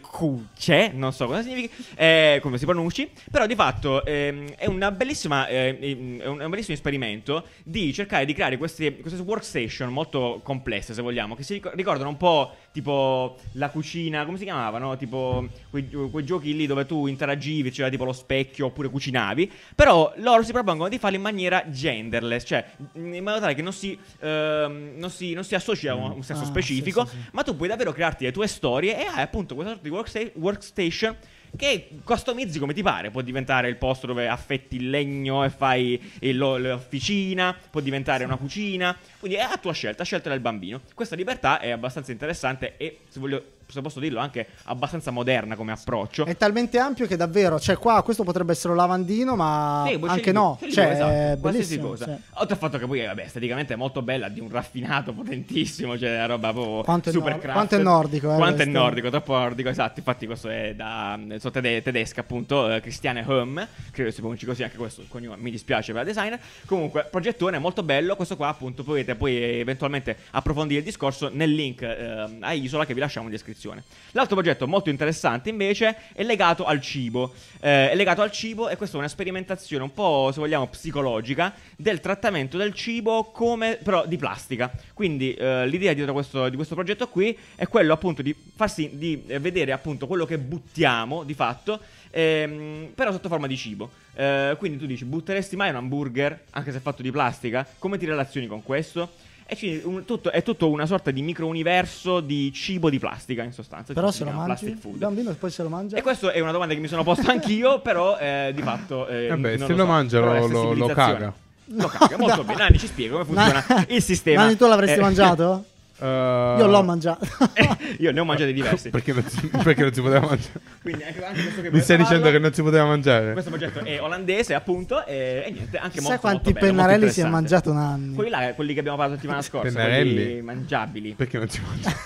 Speaker 1: Verkelkuce, non so cosa significhi, eh, come si pronunci, però di fatto ehm, è, una bellissima, eh, ehm, è un, è un bellissimo esperimento di cercare di creare queste, queste workstation molto complesse, se vogliamo, che si ricor- ricordano un po' tipo la cucina, come si chiamavano? Tipo quei, gio- quei giochi lì dove tu interagivi, c'era tipo lo specchio oppure cucinavi, però loro si propongono di farlo in maniera genderless, cioè in modo tale che non si, ehm, non si, non si associa a un, un sesso
Speaker 3: Ah, sì,
Speaker 1: specifico,
Speaker 3: sì, sì.
Speaker 1: ma tu puoi davvero crearti le tue storie e hai appunto questa sorta di worksta- workstation che customizzi come ti pare. Può diventare il posto dove affetti il legno e fai il- lo- l'officina, può diventare una cucina. Quindi è a tua scelta, a scelta del bambino. Questa libertà è abbastanza interessante e se voglio se posso dirlo, anche abbastanza moderna come approccio.
Speaker 3: È talmente ampio che davvero, cioè qua questo potrebbe essere un lavandino, ma
Speaker 1: Sì, puoi
Speaker 3: anche
Speaker 1: scegliere-
Speaker 3: no.
Speaker 1: scegliere,
Speaker 3: Cioè,
Speaker 1: esatto,
Speaker 3: è
Speaker 1: qualsiasi
Speaker 3: bellissimo. cioè,
Speaker 1: cosa.
Speaker 3: sì.
Speaker 1: Oltre al fatto che poi, vabbè, esteticamente è molto bella, di un raffinato potentissimo, cioè una roba proprio
Speaker 3: Quanto è
Speaker 1: super
Speaker 3: nor-
Speaker 1: craft.
Speaker 3: quanto è nordico, eh,
Speaker 1: Quanto è
Speaker 3: questo.
Speaker 1: nordico, troppo nordico, esatto. Infatti questo è da, sono tede- tedesca appunto, eh, Christiane Höm, credo si pronunci così anche questo il cognome, mi dispiace per la designer. Comunque, progettone molto bello, questo qua appunto potete poi eventualmente approfondire il discorso nel link ehm, a Isola che vi lasciamo in descrizione. L'altro progetto molto interessante invece è legato al cibo. Eh, è legato al cibo e questa è una sperimentazione un po', se vogliamo, psicologica del trattamento del cibo come però di plastica. Quindi eh, l'idea dietro questo, di questo progetto qui è quello appunto di farsi di eh, vedere appunto quello che buttiamo di fatto ehm, però sotto forma di cibo. Eh, quindi tu dici butteresti mai un hamburger anche se fatto di plastica? Come ti relazioni con questo? E quindi un- tutto- è tutto una sorta di microuniverso di cibo di plastica in sostanza.
Speaker 3: Però
Speaker 1: Si
Speaker 3: se lo
Speaker 1: chiama
Speaker 3: mangi, il
Speaker 1: plastic food.
Speaker 3: bambino poi se lo mangia.
Speaker 1: E questa è una domanda che mi sono posto anch'io, però eh, di fatto... eh,
Speaker 2: Vabbè,
Speaker 1: non
Speaker 2: se
Speaker 1: lo,
Speaker 2: lo
Speaker 1: so.
Speaker 2: mangia,
Speaker 1: Però
Speaker 2: lo-
Speaker 1: è
Speaker 2: lo- lo
Speaker 1: sensibilizzazione.
Speaker 2: caga.
Speaker 1: Lo caga, molto bene. Nanni ci spiega come funziona il sistema.
Speaker 3: Nani, tu l'avresti
Speaker 1: Eh,
Speaker 3: mangiato? Io l'ho mangiato.
Speaker 1: Io ne ho mangiati diversi.
Speaker 2: Perché non si, perché non si poteva mangiare?
Speaker 1: Quindi anche, anche questo che
Speaker 2: Mi stai dicendo che
Speaker 1: prepararlo-
Speaker 2: non si poteva mangiare?
Speaker 1: Questo progetto è olandese, appunto, e, e niente, anche molto
Speaker 3: Sai
Speaker 1: molto
Speaker 3: quanti
Speaker 1: bello, molto
Speaker 3: pennarelli si è
Speaker 1: interessante.
Speaker 3: mangiato Nanni?
Speaker 1: Quelli là, quelli che abbiamo parlato la settimana scorsa, quelli
Speaker 2: Pennarelli?
Speaker 1: mangiabili.
Speaker 2: Perché non si mangia?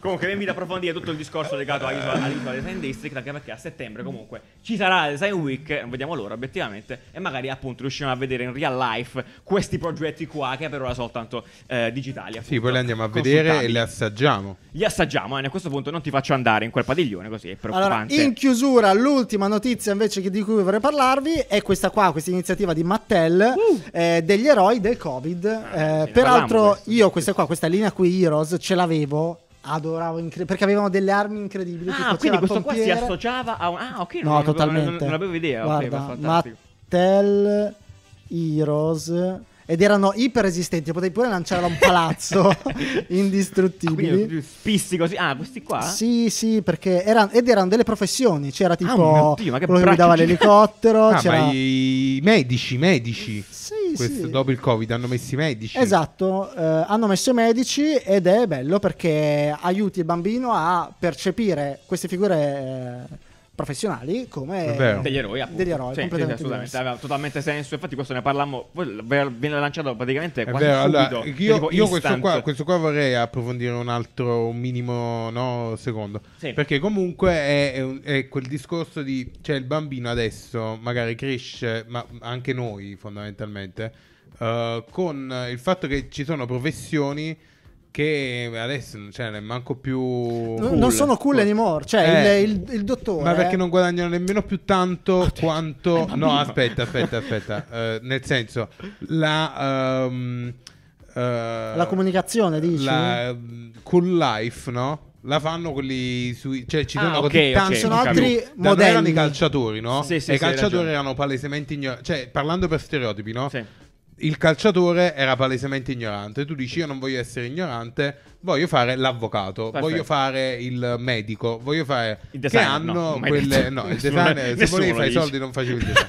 Speaker 1: Comunque vi invito a approfondire tutto il discorso legato a Isola- all'isola Design District, anche perché a settembre comunque ci sarà la Design Week, non vediamo l'ora obiettivamente, e magari appunto riusciremo a vedere in real life questi progetti qua che per ora sono soltanto eh, digitali.
Speaker 2: Sì,
Speaker 1: appunto,
Speaker 2: poi le andiamo a vedere e
Speaker 1: consultabili.
Speaker 2: le assaggiamo.
Speaker 1: Li assaggiamo, eh, a questo punto non ti faccio andare in quel padiglione così, è
Speaker 3: Allora,
Speaker 1: preoccupante.
Speaker 3: in chiusura, l'ultima notizia invece che- di cui vorrei parlarvi è questa qua, questa iniziativa di Mattel
Speaker 1: Uh. Ah,
Speaker 3: eh, degli eroi del Covid. Eh,
Speaker 1: ne parlavamo
Speaker 3: peraltro
Speaker 1: questo.
Speaker 3: io questa qua, questa linea qui Heroes ce l'avevo, adoravo incre- perché avevano delle armi incredibili che
Speaker 1: Ah,
Speaker 3: faceva
Speaker 1: quindi questo qua si
Speaker 3: pompiere.
Speaker 1: associava a un... Ah, ok, non,
Speaker 3: No,
Speaker 1: non-
Speaker 3: totalmente.
Speaker 1: Non, non avevo idea. ok,
Speaker 3: Guarda,
Speaker 1: ma fantastico.
Speaker 3: Mattel Heroes ed erano iper resistenti, potevi pure lanciare da un palazzo
Speaker 1: Ah, quindi
Speaker 3: indistruttibili.
Speaker 1: più spissi così. Ah, questi qua?
Speaker 3: Sì, sì, perché erano, ed erano delle professioni. C'era tipo
Speaker 1: mio Dio, ma che
Speaker 3: quello che
Speaker 1: braccio
Speaker 3: guidava
Speaker 1: gigante.
Speaker 3: l'elicottero.
Speaker 2: Ah,
Speaker 3: c'era...
Speaker 2: ma i i medici, i medici.
Speaker 3: Sì,
Speaker 2: Questo-
Speaker 3: sì.
Speaker 2: Dopo il Covid hanno messo i medici.
Speaker 3: Esatto, eh, hanno messo i medici ed è bello perché aiuti il bambino a percepire queste figure eh, professionali come
Speaker 2: È vero.
Speaker 1: degli eroi appunto.
Speaker 3: Degli eroi,
Speaker 1: Sì, sì, sì,
Speaker 3: completamente
Speaker 1: assolutamente.
Speaker 3: diversi.
Speaker 1: aveva totalmente senso infatti questo ne parlammo poi ve- viene lanciato praticamente
Speaker 2: È
Speaker 1: quasi
Speaker 2: vero, allora,
Speaker 1: subito cioè,
Speaker 2: io,
Speaker 1: tipo
Speaker 2: io questo,
Speaker 1: instant.
Speaker 2: qua, questo qua vorrei approfondire un altro un minimo no, secondo.
Speaker 1: Sì.
Speaker 2: Perché comunque è, è un- è quel discorso di... Cioè il bambino adesso magari cresce, ma anche noi fondamentalmente, eh, con il fatto che ci sono professioni che adesso cioè, non c'è manco più...
Speaker 3: No- non sono cool anymore, cioè
Speaker 2: Eh,
Speaker 3: il, il- il dottore. eh. Ah,
Speaker 2: Ma perché non guadagnano nemmeno più tanto quanto.
Speaker 1: bambino.
Speaker 2: No, aspetta, aspetta, aspetta. Eh, nel senso, la. ehm, eh,
Speaker 3: La comunicazione, dici?
Speaker 2: La ehm, cool life, no? La fanno quelli sui. Cioè, ci
Speaker 1: Ah,
Speaker 2: sono
Speaker 1: ok,
Speaker 2: così
Speaker 1: ok,
Speaker 2: tanti.
Speaker 1: Sono
Speaker 2: più.
Speaker 3: altri
Speaker 2: Da noi
Speaker 3: modelli.
Speaker 2: erano i calciatori, no?
Speaker 1: Sì, sì,
Speaker 2: e i
Speaker 1: sì, hai
Speaker 2: calciatori
Speaker 1: ragione.
Speaker 2: erano palesemente ignoranti. Cioè, parlando per stereotipi, no?
Speaker 1: Sì.
Speaker 2: Il calciatore era palesemente ignorante. Tu dici: Io non voglio essere ignorante, voglio fare l'avvocato,
Speaker 1: Perfetto.
Speaker 2: voglio fare il medico, voglio fare.
Speaker 1: Il designer,
Speaker 2: che hanno
Speaker 1: no, mai detto.
Speaker 2: quelle. No, il
Speaker 1: Nessuno-
Speaker 2: designer, se
Speaker 1: nessuno
Speaker 2: volevi
Speaker 1: lo
Speaker 2: fare i
Speaker 1: dice.
Speaker 2: soldi non facevi il design.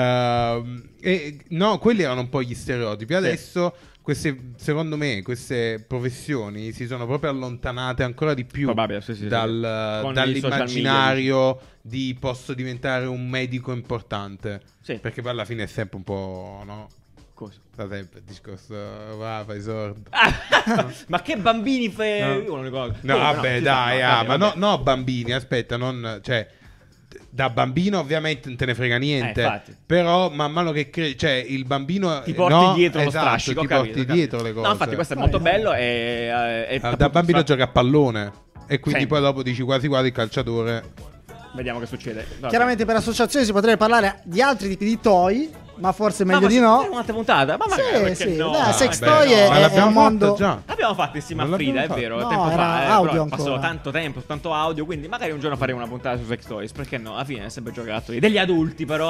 Speaker 2: Ehm, e, no, quelli erano un po' gli stereotipi. Adesso, queste, secondo me, queste professioni si sono proprio allontanate ancora di più
Speaker 1: Probabile, sì, sì, sì.
Speaker 2: dal-
Speaker 1: Con i social media,
Speaker 2: dall'immaginario di posso diventare un medico importante.
Speaker 1: Sì.
Speaker 2: Perché poi alla fine è sempre un po'. No?
Speaker 1: Cosa?
Speaker 2: Sta sempre il discorso. Va, fai sordo.
Speaker 1: ma che bambini fe...
Speaker 2: No.
Speaker 1: Eh, io non ricordo.
Speaker 2: No,
Speaker 1: Comunque,
Speaker 2: vabbè,
Speaker 1: ci
Speaker 2: dai,
Speaker 1: sta,
Speaker 2: ah,
Speaker 1: vabbè,
Speaker 2: ma
Speaker 1: vabbè.
Speaker 2: No, no, bambini, aspetta, non, cioè, da bambino ovviamente non te ne frega niente,
Speaker 1: Eh, infatti.
Speaker 2: però man mano che cre- cioè, il bambino...
Speaker 1: Ti porti
Speaker 2: no,
Speaker 1: dietro lo
Speaker 2: esatto,
Speaker 1: strascico,
Speaker 2: ti
Speaker 1: ho capito,
Speaker 2: porti
Speaker 1: ho capito.
Speaker 2: dietro le cose.
Speaker 1: No, infatti questo è
Speaker 3: Dai,
Speaker 1: molto
Speaker 3: dai.
Speaker 1: bello. E, e-
Speaker 2: Ah,
Speaker 1: appunto,
Speaker 2: da bambino
Speaker 1: fra-
Speaker 2: gioca a pallone e quindi
Speaker 1: Sempre.
Speaker 2: poi dopo dici quasi quasi il calciatore.
Speaker 1: Vediamo che succede. Vabbè.
Speaker 3: Chiaramente per associazione si potrebbe parlare di altri tipi di toy, ma forse
Speaker 1: Ma
Speaker 3: meglio di
Speaker 1: facciamo
Speaker 3: no.
Speaker 1: fare Un'altra puntata? Ma
Speaker 3: Sì,
Speaker 1: magari, perché
Speaker 3: sì,
Speaker 1: no?
Speaker 3: dai,
Speaker 1: Ah,
Speaker 3: sex
Speaker 1: beh,
Speaker 3: toy
Speaker 1: no.
Speaker 3: è-
Speaker 2: ma
Speaker 3: è
Speaker 2: l'abbiamo
Speaker 3: un mondo-
Speaker 2: fatto già.
Speaker 1: L'abbiamo fatta insieme a
Speaker 2: Non l'abbiamo
Speaker 1: Frida, è
Speaker 2: fatta.
Speaker 1: vero,
Speaker 3: No,
Speaker 1: tempo
Speaker 3: era
Speaker 1: fa, eh,
Speaker 3: audio
Speaker 1: però è passato
Speaker 3: ancora.
Speaker 1: tanto tempo, tanto audio, quindi magari un giorno faremo una puntata su Sex Toys, perché no, alla fine è sempre giocato degli adulti però.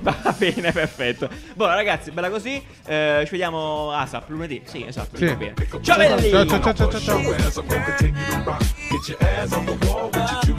Speaker 1: Va bene, perfetto. Buona ragazzi, bella così, eh, ci vediamo ASAP lunedì, sì esatto,
Speaker 2: Sì.
Speaker 1: va bene. Ciao belli!
Speaker 2: Ciao, ciao, ciao, ciao, ciao.
Speaker 4: As I'm gonna continue to rock. Get your ass on the wall with your two